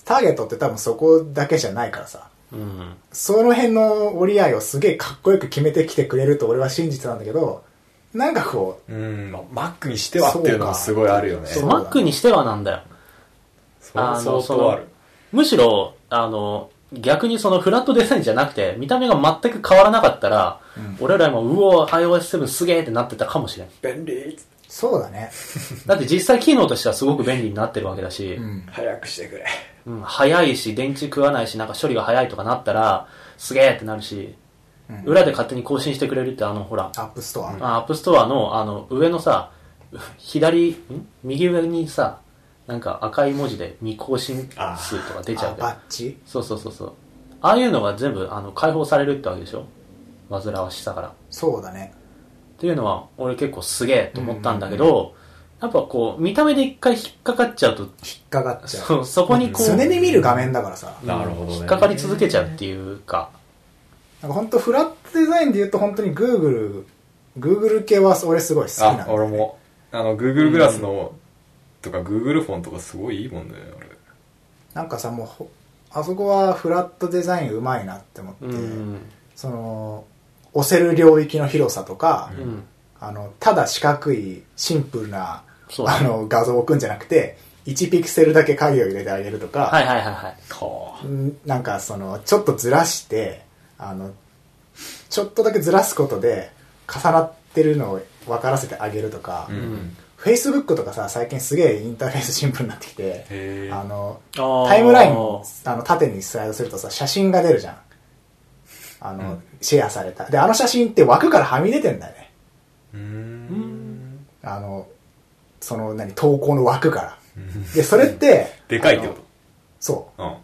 S2: ターゲットって多分そこだけじゃないからさ、
S1: うん。
S2: その辺の折り合いをすげえかっこよく決めてきてくれると俺は信じてたんだけど、なんかこう、
S4: うんまあ Mac にしてはっていうのもすごいあるよね
S2: そう
S4: そ
S1: そうう、
S2: だね
S1: Mac にしてはなんだよ。あ
S4: 相
S1: の
S4: 当ある
S1: むしろ、あの、逆にそのフラットデザインじゃなくて、見た目が全く変わらなかったら、俺らも、うお、iOS7 すげえってなってたかもしれ
S4: 便
S1: ん。
S4: 利
S2: そうだ ね。
S1: だって実際機能としてはすごく便利になってるわけだし、
S2: うん。
S4: 早くしてくれ
S1: うん、早いし、電池食わないし、なんか処理が早いとかなったら、すげえってなるし、
S2: うん
S1: 裏で勝手に更新してくれるって、あの、ほら、
S2: アップストア。
S1: あアップストアの、あの、上のさ、左、ん右上にさ、なんか赤い文字で未更新数とか出ちゃ
S2: あ
S1: うけど
S2: バッチ
S1: そうそうそうそう。ああいうのが全部、あの、解放されるってわけでしょ煩わしさから。
S2: そうだね。
S1: っていうのは、俺結構すげえと思ったんだけど、やっぱこう、見た目で一回引っかかっちゃうと、
S2: 引っかかっちゃう。
S1: そそこにこう、
S2: 常に見る画面だからさ。
S4: なるほどね
S1: 引っかかり続けちゃうっていうか、
S2: なんか本当フラットデザインで言うと本当に Google、Google 系は俺すごい好きな
S4: あ
S2: の。
S4: 俺もあの Google グラスのとか Google フォンとかすごいいいもんねあれ
S2: なんかさ、もうほ、あそこはフラットデザインうまいなって思って、
S1: うん、
S2: その、押せる領域の広さとか、
S1: うん、
S2: あの、ただ四角いシンプルな、
S1: そうだ
S2: あ
S1: ね
S2: の、画像を置くんじゃなくて、1ピクセルだけ影を入れてあげるとか、
S1: はいはいはいはい。
S4: は
S2: んなんかそのちょっとずらしてあのちょっとだけずらすことで重なってるのを分からせてあげるとか、
S4: あうん
S2: フェ Facebook とかさ最近すげえインターフェースシンプルになってきて
S4: へ
S2: あの
S1: あー
S2: タイムラインあの縦にスライドするとさ写真が出るじゃんあの、シェアされたであの写真って枠からはみ出てんだよね
S4: えうん
S2: あのその何投稿の枠からでそれって
S4: でかいってこ
S2: そう
S4: とうん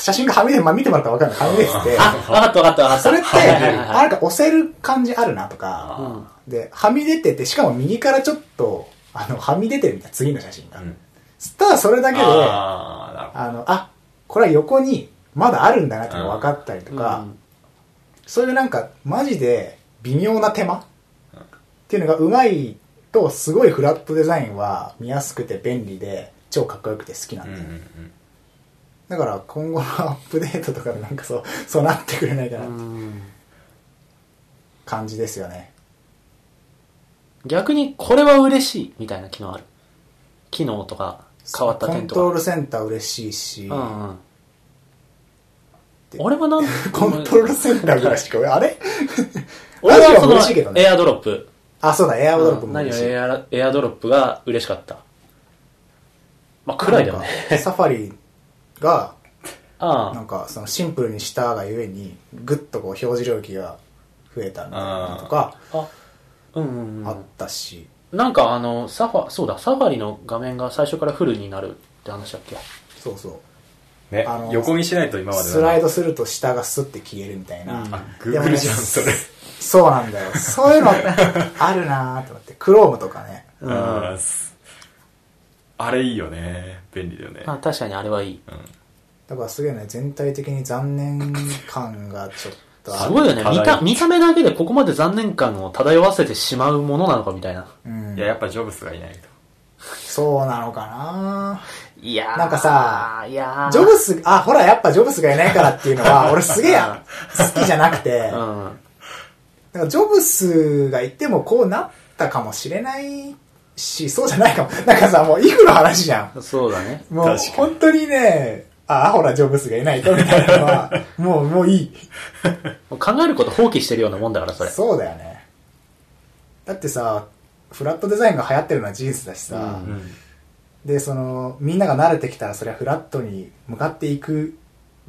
S2: 写真がはみ出て、まあ、見てもらったら分かるのはみ出て て
S1: あ、わかったわかったわかった。
S2: それって、
S1: はいはいはい
S2: あ
S1: はい
S2: なんか押せる感じあるなとか、
S1: うん
S2: で、はみ出てて、しかも右からちょっと、あの、はみ出てるみたいな、次の写真が。ただそれだけで、あ
S4: ああなるほ
S2: の、あ、これは横にまだあるんだなっていうのが分かったりとか、
S1: うん
S2: そういうなんか、マジで微妙な手間っていうのがうまいと、すごいフラットデザインは見やすくて便利で、超かっこよくて好きなん
S4: ど
S2: だ
S4: う
S2: よ
S4: んうん
S2: ね
S4: うん
S2: だから今後のアップデートとかでなんかそう、 そうなってくれないかなって感じですよね。
S1: 逆にこれは嬉しいみたいな機能ある機能とか変わった
S2: コ
S1: 点
S2: ント
S1: と
S2: ロー
S1: か
S2: ルセンター嬉しいし、
S1: うんうん
S2: て
S1: 俺はなん
S2: コントロールセンターぐらいしか、あれ
S1: 俺
S2: ラジ
S1: は
S2: オ
S1: そ
S2: も嬉しいけど
S1: の
S2: ね
S1: エアドロップ
S2: あ、そうだ、エアードロップ
S1: うん
S2: も
S1: 何
S2: 嬉
S1: よ
S2: しい。
S1: エアエアドロップが嬉しかったまあ暗いだよね
S2: なんかサファリが、
S1: あ
S2: な
S1: あ
S2: んかそのシンプルにしたがゆえに、ぐっとこう表示領域が増えたみたいなのとか
S1: あうんうんう
S2: あっ
S1: ん
S2: たし、
S1: なんかあのサファそうだサファリの画面が最初からフルになるって話だっけ
S2: そうそう。
S4: ね
S2: あの
S4: 横見しないと今までは
S2: スライドすると下がスッて消えるみたいな。
S1: うん
S4: あグーグルじゃんそれ
S2: そうな んだよ。そういうのあるなーと思って。クロームとかね。
S1: うん
S4: あー
S1: ます
S4: あれいいよね便利だよね
S1: あ確かにあれはいい
S2: だからすげえね、全体的に残念感がちょっとあ
S1: す
S2: る。
S1: ごいよね
S4: 課題
S1: 見た見た目だけでここまで残念感を漂わせてしまうものなのかみたいな
S2: うん
S4: いや。やっぱジョブスがいないと
S2: そうなのかない
S1: やー
S2: なんかさ
S1: いやー
S2: ジョブス、あ、ほら、やっぱジョブスがいないからっていうのは、俺すげえ好きじゃなく て、
S1: う
S2: なん
S1: ん
S2: かジョブスがいてもこうなったかもしれないし、そうじゃないかも。なんかさ、もうイフの話じゃん。
S1: そうだね。
S2: もう
S4: 確かに
S2: 本当にね、あ、ほら、ジョブスがいないとみたいなのは、もう、もういい。
S1: もう考えること放棄してるようなもんだから、それ。
S2: そうだよね。だってさ、フラットデザインが流行ってるのは事実だしさ、
S1: うん
S2: で、その、みんなが慣れてきたら、それはフラットに向かっていく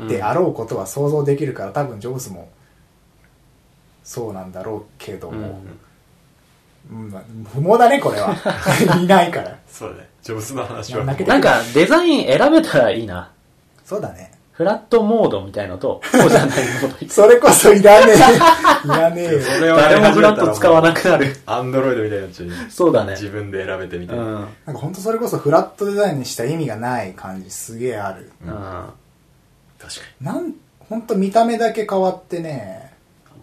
S2: であろうことは想像できるから、多分ジョブスも、そうなんだろうけども、うんまあ不毛だね、これは。 いないから。
S4: そうだねジョブスの話は
S2: なんだっけ
S1: なんか、デザイン選べたらいいな。
S2: そうだね。
S1: フラットモードみたいのと、そうじゃないモー
S2: それこそいらねえ。いらねえよ。
S4: それ
S1: ド。
S4: をやり
S1: 誰も
S4: 始
S1: フ
S4: めた
S1: ラ
S4: ら
S1: ット使わなくなる。
S4: アンドロイドみたいなやつに
S1: そうだね。
S4: 自分で選べてみた
S1: う
S4: いな、
S1: ん。
S2: なんか本当それこそフラットデザインにした意味がない感じすげえある。
S1: うん。
S4: 確か
S2: なん、本当見た目だけ変わってね。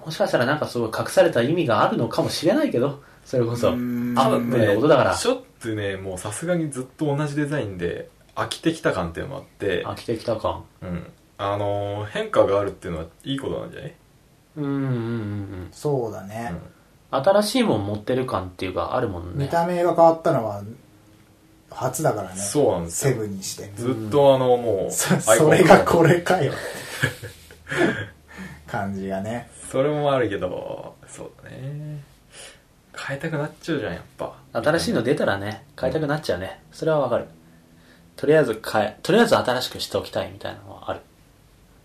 S1: もしかしたらなんかすごい隠された意味があるのかもしれないけど、それこそ、ア
S2: うーん
S1: ップルのことだから
S4: ち、ょっとねもうさすがにずっと同じデザインで飽きてきた感っていうのもあって
S1: 飽きてきた感。
S4: うんあのー変化があるっていうのはいいことなんじゃない、
S1: うんうんうんうん。
S2: そうだね。
S4: うん
S1: 新しいもん持ってる感っていうか、あるもんね。
S2: 見た目が変わったのは初だからね
S4: そうなんです
S2: セ
S4: よ
S2: ブンにして
S4: ずっとあのもう
S2: そ
S4: アイコ
S2: そ
S4: ン
S2: れがこれか よ感じがね
S4: それもあるけどそうだね変えたくなっちゃうじゃんやっぱ
S1: 新しいの出たらね、買いたくなっちゃうね。それはわかる。とりあえず変え、とりあえず新しくしておきたいみたいなのはある。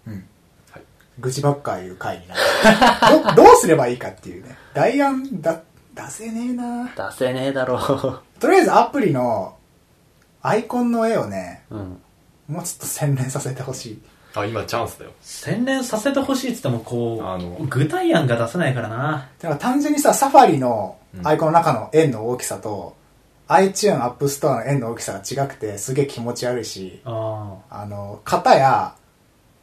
S2: うん、
S4: はい
S2: 愚痴ばっか言う回になるどどう すればいいかっていうね代案だ出せねえな
S1: 出せねえだろ
S2: とりあえずアプリのアイコンの絵をね
S1: う。うん。
S2: もうちょっと洗練させてほしい
S4: あ今チャンスだよ
S1: 洗練させてほしいっつってもこう、
S4: あの
S1: 具体案が出せないからな。
S2: だから単純にさサファリのアイコンの中の円の大きさと、iTune アップストアの円の大きさが違くてすげえ気持ち悪いし
S1: あ
S2: あの、型や、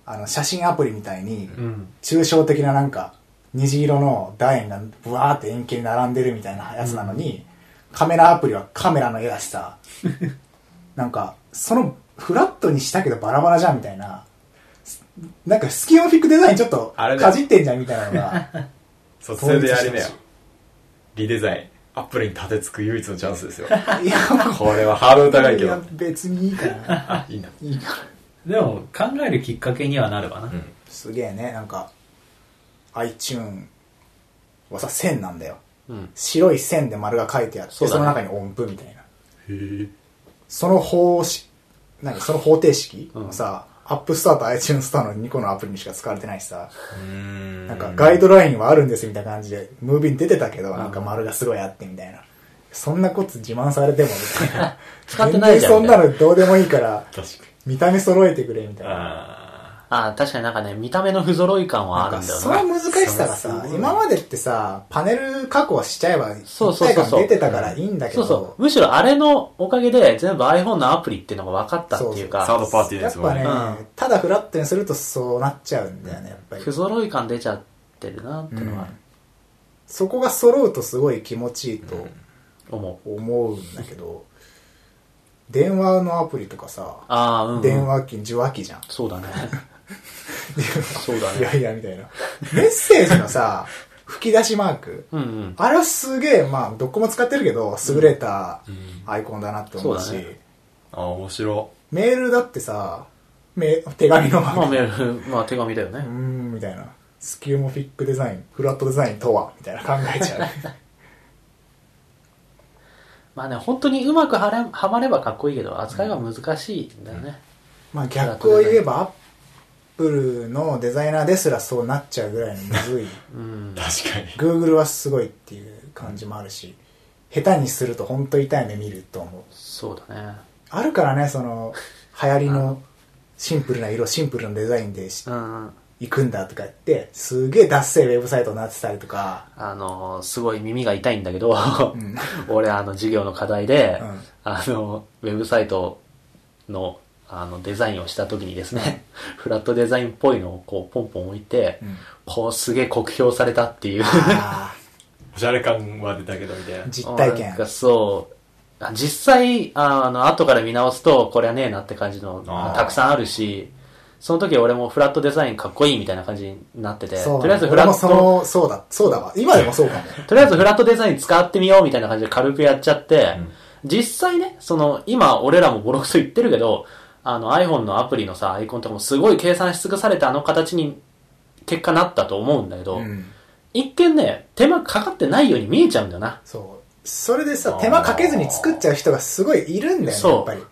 S2: あの、写真アプリみたいに、
S1: あ。うん。
S2: 抽象的ななんか、虹色の楕円がブワーって円形に並んでるみたいなやつなのに、カメラアプリはカメラの絵だし さ、なんか、その、フラットにしたけどバラバラじゃんみたいな、なんかスキオンフィックデザインちょっと
S4: あれだよ
S2: かじってんじゃんみたいなのが、
S4: そうそれでやりなよ
S2: 統一してほしい
S4: リデザインアップルに立てつく唯一のチャンスですよ
S2: いや、
S4: これはハードル高 いけ
S2: いや
S4: ど
S2: 別にいいかな。
S4: あいいんだ
S2: いいかな。
S1: でも、考えるきっかけにはなるわな。
S4: ん
S2: すげえね、なんか、iTune はさ、線なんだよ。
S1: うん。
S2: 白い線で丸が書いてあってそ,、
S1: そうだね
S2: の中に音符みたいな
S4: へえ
S2: その方式何その方程式、
S1: うん
S2: さアップストアと iTunes ストアの2個のアプリにしか使われてないしさ、
S4: な
S2: なんかガイドラインはあるんですみたいな感じでムービーに出てたけど、なんか丸がすごいあってみたいなそんなコツ自慢されてもみたいな
S1: 使ってないじゃん
S2: 全然そんなのどうでもいいから
S4: 確かに
S2: 見た目揃えてくれみたいな
S4: あ
S1: ああ、確かになんかね、見た目の不揃い感は
S2: な
S1: あ
S2: ん
S1: る
S2: か
S1: んだよ
S2: そ
S1: な。
S2: の難しさが
S4: それはすご
S2: さ
S4: いね
S2: 今までってさパネル確保しちゃえば
S1: そう
S2: 一
S1: そうそ
S2: 体
S1: う
S2: 感
S1: そう
S2: 出てたからいいんだけ
S1: そ
S2: ど
S1: うそう。むしろあれのおかげで全部 iPhone のアプリっていうのが分かったっていう
S4: サー
S1: か、
S4: ドパーティーの
S2: や
S4: や
S2: っ
S4: つも
S2: ぱ
S4: ね
S2: ね、
S1: うん
S2: ただフラットにするとそうなっちゃうんだよね、やっぱり
S1: 不。揃い感出ちゃってるなっていうのは
S2: そこが揃うとすごい気持ちいいと
S1: 思う。
S2: 思うんだけど、電話のアプリとかさ、
S1: ああ、うん、うん。
S2: 電話機、受話機じゃん。
S1: そう だね。そうだ
S2: いや
S1: ね。
S2: いや、みたいな。メッセージのさ、吹き出しマーク。
S1: うんうん。
S2: あれはすげえ、まあ、どこも使ってるけど、優れたアイコンだなって思うし、
S1: そうだね
S4: あ面白
S2: メールだってさ、め手紙のマ
S1: まあ
S2: ーク。
S1: メール、まあ手紙だよね
S2: うー。ん、みたいな。スキューモフィックデザイン、フラットデザインとは、みたいな考えちゃう。
S1: まあね、本当にうまくはれはまればかっこいいけど、扱いが難しいんだよね。
S2: まあ逆を言えば、アップルのデザイナーですらそうなっちゃうぐらいのむずい。
S1: うん
S4: い。確かに
S2: Google はすごいっていう感じもあるし、下手にすると本当痛い目見ると思う。
S1: そうだね。
S2: あるからね、その、流行りのシンプルな色、シンプルなデザインでし
S1: うんうん。
S2: 行くんだとか言って、すげえダッセーウェブサイトになってたりとか、
S1: あの、すごい耳が痛いんだけど、
S2: うん。
S1: 俺あの授業の課題で、
S2: うん
S1: あのウェブサイトのあのデザインをした時にですね、フラットデザインっぽいのをこうポンポン置いて、
S2: うん
S1: こうすげえ酷評されたっていう
S2: あ
S4: おしゃれ感は出たけどみたいな
S2: ー実体
S1: なんか
S2: 験。
S1: そうあ実際あの後から見直すとこりゃねえなって感じの
S4: あー
S1: たくさんあるしその時俺もフラットデザインかっこいいみたいな感じになってて、
S2: そう
S1: とりあえずフ
S2: 俺
S1: ラ
S2: も
S1: ッ
S2: そ
S1: ト
S2: の、そうだ、そうだわ。今でもそうかも。
S1: とりあえずフラットデザイン使ってみようみたいな感じで軽くやっちゃって、
S4: うん
S1: 実際ね、その、今俺らもボロクソ言ってるけど、あの iPhone のアプリのさ、アイコンとかもすごい計算し尽くされたあの形に結果なったと 思うんだけど、
S2: うん。
S1: 一見ね、手間かかってないように見えちゃうんだよな。
S2: そう。それでさ、手間かけずに作っちゃう人がすごいいるんだよね、
S1: そう
S2: やっぱり。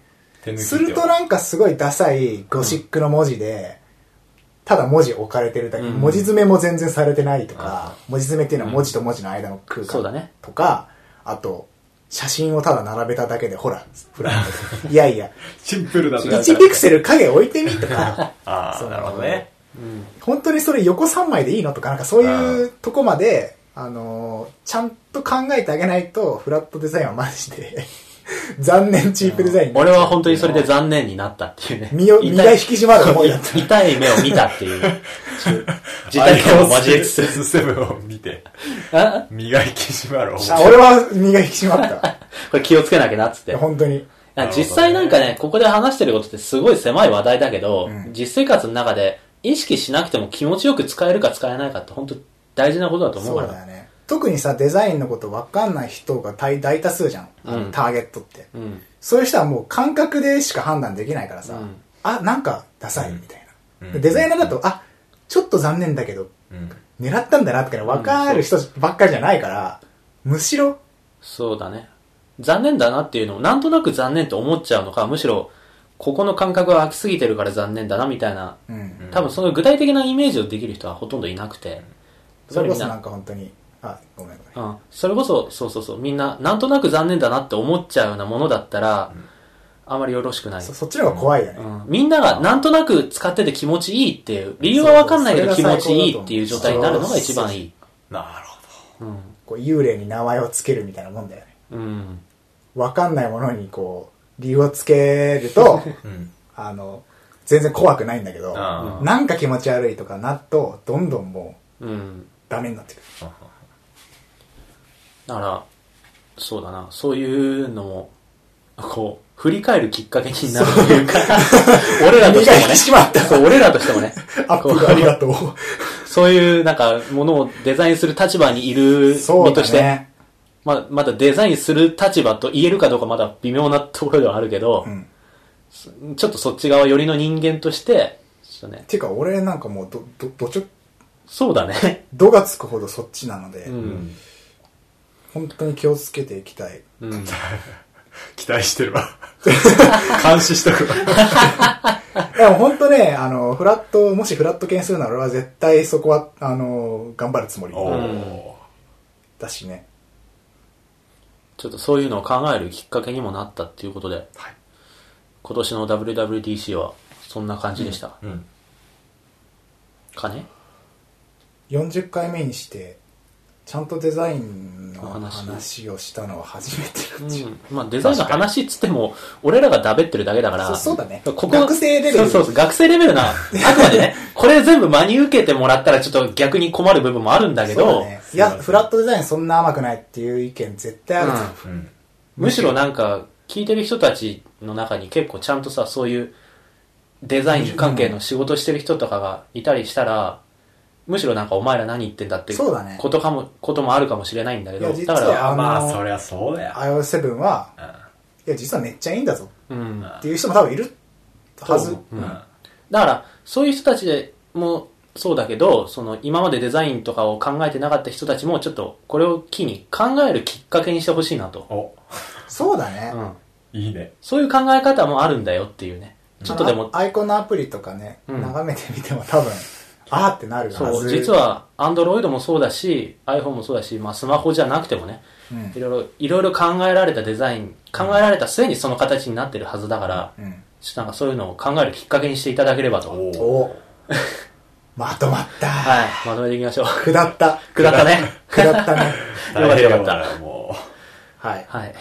S4: 手抜き
S2: するとなんかすごいダサいゴシックの文字で、ただ文字置かれてるだけ、
S1: うん
S2: 文字詰めも全然されてないとか、文字詰めっていうのは文字と文字の間の空
S1: そうだ
S2: 間
S1: ね
S2: とか、あと、写真をただ並べただけで、ほら、フ ラット。いやいや、
S4: シンプルだと
S2: 1ピクセル影置いてみとか、
S4: あ
S2: そ
S4: あ
S2: う
S4: なるほどね
S1: うん。
S2: 本当にそれ横3枚でいいのとか、なんかそういうとこまで、あのーちゃんと考えてあげないと、フラットデザインはマジで、 残念チープデザインになっち
S1: 俺
S2: ゃう
S1: は本当にそれで残念になったっていうね。
S2: 身を、身が引き締ま る思いだった。
S1: 痛い目を見たっていう。時代感を交えつつ。
S4: 7を見て
S1: あ
S4: 磨き締まる
S2: あ俺は身が引き締まった。
S1: これ気をつけなきゃなっつ って。
S2: 本当に。
S1: いや実際なんかね、ここで話してることってすごい狭い話題だけど、
S2: うん
S1: 実生活の中で意識しなくても気持ちよく使えるか使えないかって本当大事なことだと思う
S2: そ
S1: か
S2: う
S1: ら。
S2: だよね。特にさ、デザインのこと分かんない人が大大多数じゃん。
S1: うん
S2: ターゲットって。
S1: うん。
S2: そういう人はもう感覚でしか判断できないからさ、
S1: うん
S2: あ、なんかダサいみたいな。
S4: うん
S2: デザイナーだと、あ、ちょっと残念だけど、
S4: うん
S2: 狙ったんだなとかね、分かる人ばっかりじゃないから、むしろ、
S1: そうだね。残念だなっていうのをなんとなく残念と思っちゃうのか、むしろここの感覚が空きすぎてるから残念だなみたいな、
S2: うん。
S1: 多分その具体的なイメージをできる人はほとんどいなくて。
S2: それこそ
S1: やっぱりみんな
S2: なんか本当に、あ、ごめんごめん。
S1: うん、それこそ、そうそうそう、みんな、なんとなく残念だなって思っちゃうようなものだったら、あまりよろしくない。
S2: そそっちの方が怖いよね。
S1: うんみんながなんとなく使ってて気持ちいいっていう、理由はわかんないけど
S2: そ
S1: 気
S2: うそう
S1: 持ちいいっていう状態になるのが一番いい。
S4: なるほど
S1: うん。
S2: こう幽霊に名前を付けるみたいなもんだよね。
S1: うん。
S2: わかんないものにこう、理由をつける と、
S4: うん
S2: あの、全然怖くないんだけど、
S4: あ
S1: ー
S2: なんか気持ち悪いとかなると、どんどんもう
S1: うん。
S2: ダメになってくる。
S1: だから、そうだな、そういうのも、こう、振り返るきっかけになるというか、 俺らとしてもね、
S2: 身が引き締まった
S1: そう、俺らとしてもね、
S2: アップルあり がとう。
S1: そういうなんか、ものをデザインする立場にいる
S2: そ
S1: 身
S2: うだ
S1: として、
S2: ね。
S1: まあ、まだデザインする立場と言えるかどうかまだ微妙なところではあるけど、
S2: うん。
S1: ちょっとそっち側寄りの人間として、ちょっとね、
S2: ていうか、俺なんかもうど、ど、どちょ、
S1: そうだね。
S2: 度がつくほどそっちなので、
S1: うん
S4: うん
S2: 本当に気をつけていきたい。
S1: うん。
S4: 期待してる わ監視しとくわ
S2: でも本当ね、あの、フラット、もしフラット系にするなら俺は絶対そこは、あの、頑張るつもり
S4: お
S1: うん
S4: お
S2: だしね。
S1: ちょっとそういうのを考えるきっかけにもなったっていうことで、
S4: はい
S1: 今年の WWDC はそんな感じでした。
S4: うん
S1: かね
S2: 40回目にして、ちゃんとデザインの
S1: お話
S2: 話をしたのは初めて
S1: う
S2: だし、
S1: ん。まあデザインの話っつっても、俺らがダベってるだけだから、
S2: そうそうだね
S1: ここ
S2: 学生レベル
S1: そうそうそう、学生レベル な、あくまでね、これ全部真に受けてもらったらちょっと逆に困る部分もあるんだけ
S2: そう
S1: ど、
S2: だね。いや、フラットデザインそんな甘くないっていう意見絶対あるじゃん
S1: うん
S4: うん
S1: むしろなんか、聞いてる人たちの中に結構ちゃんとさ、そういうデザイン関係の仕事してる人とかがいたりしたら、むしろなんかお前ら何言ってんだって
S2: そうだね
S1: ことかも、こともあるかもしれないんだけど、
S2: いや実
S1: だ
S2: は
S1: から、
S2: あの
S4: まあそりゃそうだよ
S2: iOS7 は、
S4: うん
S2: いや、実はめっちゃいいんだぞ
S1: うん。だ
S2: っていう人も多分いるはず。
S1: うん
S4: うん
S1: から、そういう人たちでもそうだけど、その今までデザインとかを考えてなかった人たちもちょっとこれを機に考えるきっかけにしてほしいなと。
S4: お
S2: そうだね
S1: う。ん。
S4: いいね
S1: そういう考え方もあるんだよっていうね。ちょっとでも
S2: あのアイコンのアプリとかね、
S1: うん
S2: 眺めてみても多分、あーってなるは
S1: そう、
S2: ず。
S1: 実。は、アンドロイドもそうだし、iPhone もそうだし、まあ、スマホじゃなくてもね、
S2: うん
S1: い。ろいろ、いろいろ考えられたデザイン、考えられた末にその形になってるはずだから、
S2: うん。
S1: ちょっとなんかそういうのを考えるきっかけにしていただければと。はい、
S4: お
S2: おまとまった。
S1: まとめていきましょう。
S2: 下った。
S1: 下ったね。
S2: 下ったね。
S1: よかったよか
S4: 大変
S1: った
S4: だよも
S2: はい。
S1: はい。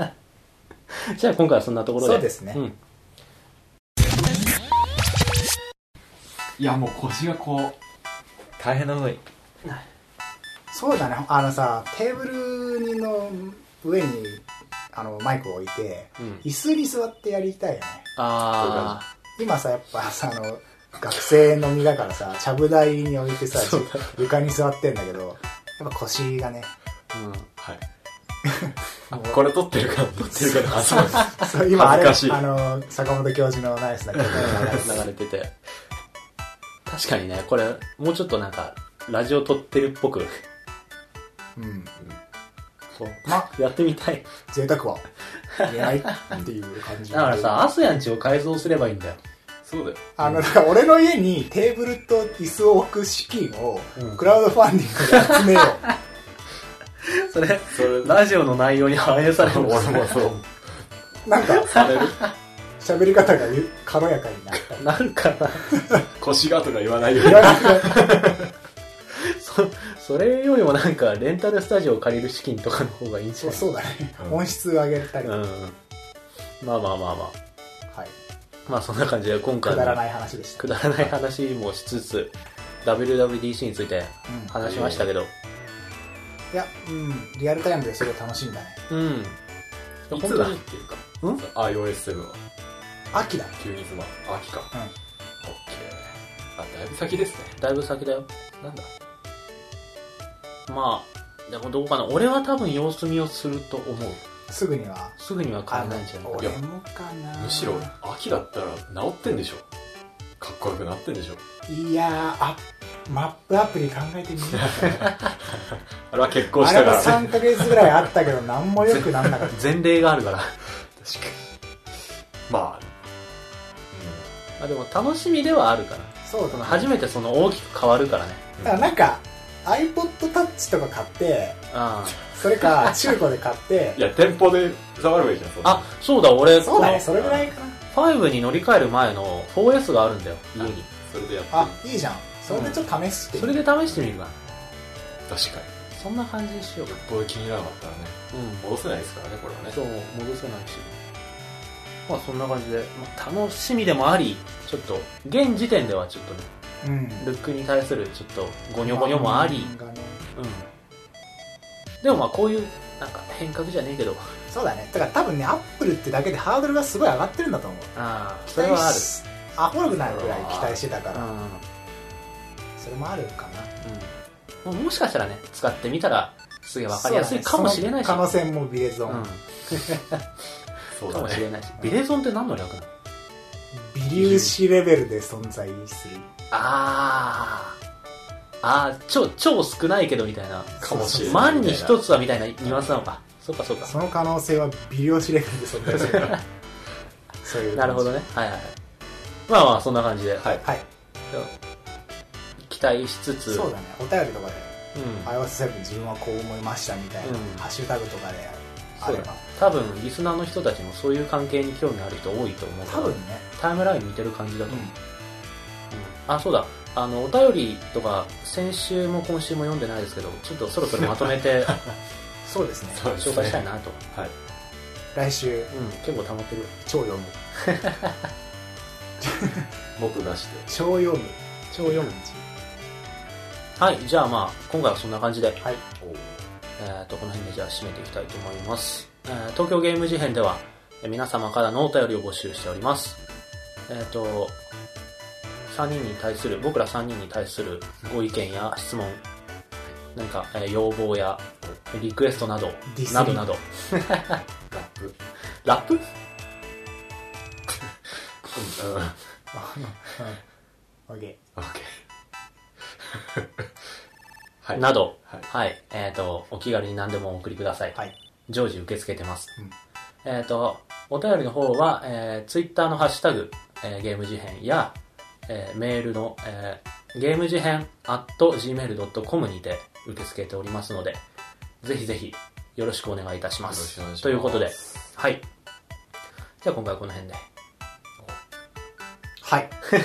S4: うはい
S1: じゃあ今回はそんなところで。
S2: そうですね
S1: ん。
S3: いやもう腰がこ
S4: 大変なのに
S2: そうだね。あのさ、テーブルの上に、あの、マイクを置いて、
S1: うん。
S2: 椅子に座ってやりたいよね。
S1: あ
S2: 今さ、やっぱさ、あの、学生の身だからさ、ちゃぶ台に置いてさ、床に座ってんだけど、やっぱ腰がね、
S1: ー、うん。
S4: はい
S2: もう
S4: これ撮ってるから撮ってるからあそう
S2: そう今あれ、あ
S4: 恥ずかしい
S2: の、坂本教授のナイスな曲
S1: 流れてて。確かにね、これ、もうちょっとなんか、ラジオ撮ってるっぽく、
S2: うん。
S1: こ
S2: ま、
S1: う、やってみたい。
S2: 贅沢は言えないっていう感 じ。
S1: だからさ、アスヤンちを改造すればいいんだよ。
S4: そうだよ
S2: あの、だから俺の家にテーブルと椅子を置く資金を
S1: うん、
S2: クラウドファンディングで集めよ
S1: それ、ラジオの内容に反映されるの
S4: 俺もそう
S2: う。なんか、
S4: される
S2: 喋り方がゆ軽やか になる。
S1: なるかな
S4: 腰がとか言わないよう
S2: い
S4: に
S2: らなくなる
S1: そ、それよりもなんか、レンタルスタジオを借りる資金とかの方がいいんじゃ
S2: そう
S1: ない
S2: そうだね。
S4: うん
S2: 音質上げたり。
S1: う
S2: はい。
S1: ん。まあまあまあまあ。まあそんな感じで今
S2: く
S1: 回
S2: だら
S1: も
S2: ない話でした。
S1: くだらない話もしつつ、WWDC について
S2: うん
S1: 話しましたけど、
S2: いや、うん、リアルタイムですごい楽しいんだね。
S1: うん。
S4: いつだっていうか
S1: うん
S4: iOS7 は
S2: 秋だね。
S4: 急に妻秋か
S2: うん
S4: オッケーあだいぶ先ですね
S1: だいぶ先だよ。
S4: なんだ
S1: まあ、でもどうかな。俺は多分様子見をすると思う。
S2: すぐには。
S1: すぐには買えないんじゃ
S2: あ
S1: な
S2: の
S1: い
S2: 俺もかな。
S4: むしろ秋だったら治ってんでしょかっこよくなってんでしょ
S2: いやー、あマップアプリ考え てみる
S4: あれは結婚
S2: あ
S4: した
S2: れ
S4: か
S2: も
S4: ら
S2: 3ヶ月ぐらいあったけど、なんも良くなんなかっ
S1: 前例があるから。
S4: 確かにまあ、
S1: まあでも楽しみではあるから。
S2: た。そう
S1: そ
S2: だ
S1: の
S2: な。
S1: 初めてその大きく変わるからね。
S2: だからなんか、iPod Touch とか買って、
S1: あ
S2: そ れか中古で買って
S4: い、や店舗で触ればいいじゃんそんな
S1: あ、そうだ、俺、
S2: そうだね、
S1: こ
S2: それぐらいかな。
S1: の5に乗り換える前の 4S があるんだよ、家に。
S4: それでやって
S2: あ、いいじゃん。それでちょっと試してみ
S1: そ
S2: る
S1: れで試してみるか。
S4: みる確かに
S1: そんな感じにしようか。
S4: これ気にならなかったらね
S1: うん。
S4: 戻せないですからねこれはね
S1: そう、戻せないし。まあそんな感じで、まあ、楽しみでもあり、ちょっと、現時点ではちょっとね、
S2: うん。
S1: ルックに対するちょっと、ゴニョゴニョもあり、
S2: 漫画ね
S1: うん。でもまあこういう、なんか変革じゃねえけど、
S2: そうだね。だから多分ね、アップルってだけでハードルがすごい上がってるんだと思う。
S1: ああ、それはある。
S2: あアホなくなるぐらい期待してたから、
S1: うん。
S2: それもあるか
S1: う
S2: な。
S1: ん、もうもしかしたらね使ってみたらすげえ分かりやすいかもしれないし
S2: そうだねその可能性もビレゾ
S1: う
S2: ン。
S1: ん
S4: そう
S1: か
S4: だ
S1: もし
S4: ね
S1: れないしビレゾンって何の略なの
S2: 微粒子レベルで存在する。
S1: あーあー超超少ないけどみたいな
S4: かもしれない
S1: 万に一つはみたいなニュアンスなのかそうかそうか
S2: その可能性は微量子レベルで 存在する。そういう。
S1: なるほど。ねはいはいはいまあまあそんな感じで、
S4: はい
S2: はい。
S1: 期待しつつ
S2: そうだね。お便りとかで、
S1: うん、
S2: iOS7 自分はこう思いましたみたいな、
S1: うん
S2: ハッシュタグとかであ
S1: そう
S2: れ
S1: だ
S2: ば。
S1: 多分リスナーの人たちもそういう関係に興味ある人多いと思うから
S2: 多分ね。
S1: タイムライン見てる感じだと思う、あそうだあのお便りとか先週も今週も読んでないですけどちょっとそろそろまとめ て
S2: そうですね。
S4: そうですね
S1: 紹介したいなと、
S4: はい
S2: 来週、
S1: うん、結構溜まってる
S2: 超読む。
S4: 僕出して
S2: 超読む。
S1: 超読むはいじゃあまあ今回はそんな感じで、
S2: はい。
S4: おう
S1: えー、とこの辺でじゃあ締めていきたいと思いますえー東京ゲーム事変ではえー皆様からのお便りを募集しておりますえっ、と3人に対する僕ら3人に対するご意見や質問何か、えー要望やリクエストなど
S2: ディスり
S1: などなど
S3: ラップ。
S1: ラップ
S3: うん。オッ
S2: オッケー
S3: ケー。はい。
S1: など、
S3: は
S1: は
S3: い
S1: い、えっ、と、お気軽に何でもお送りください。
S2: はい
S1: 常時受け付けてます。
S2: うん
S1: えっ、と、お便りの方は、えー、Twitter のハッシュタグ、えーゲーム事変や、えーメールの、えーゲーム事変 at gmail.com にて受け付けておりますので、ぜひぜひよろしくお願いいたしま
S3: よろし
S1: す。
S3: くお願いします
S1: ということで、はい。じゃあ今回はこの辺で。
S2: はい
S1: は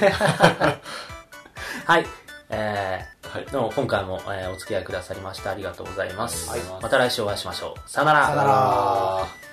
S1: い。えー
S3: はい。
S1: どうも今回も、えーお付き合いくださりましてありがとうございます。
S2: はい
S1: また来週お会いしましょう。さよなら。
S2: さよなら
S3: あー。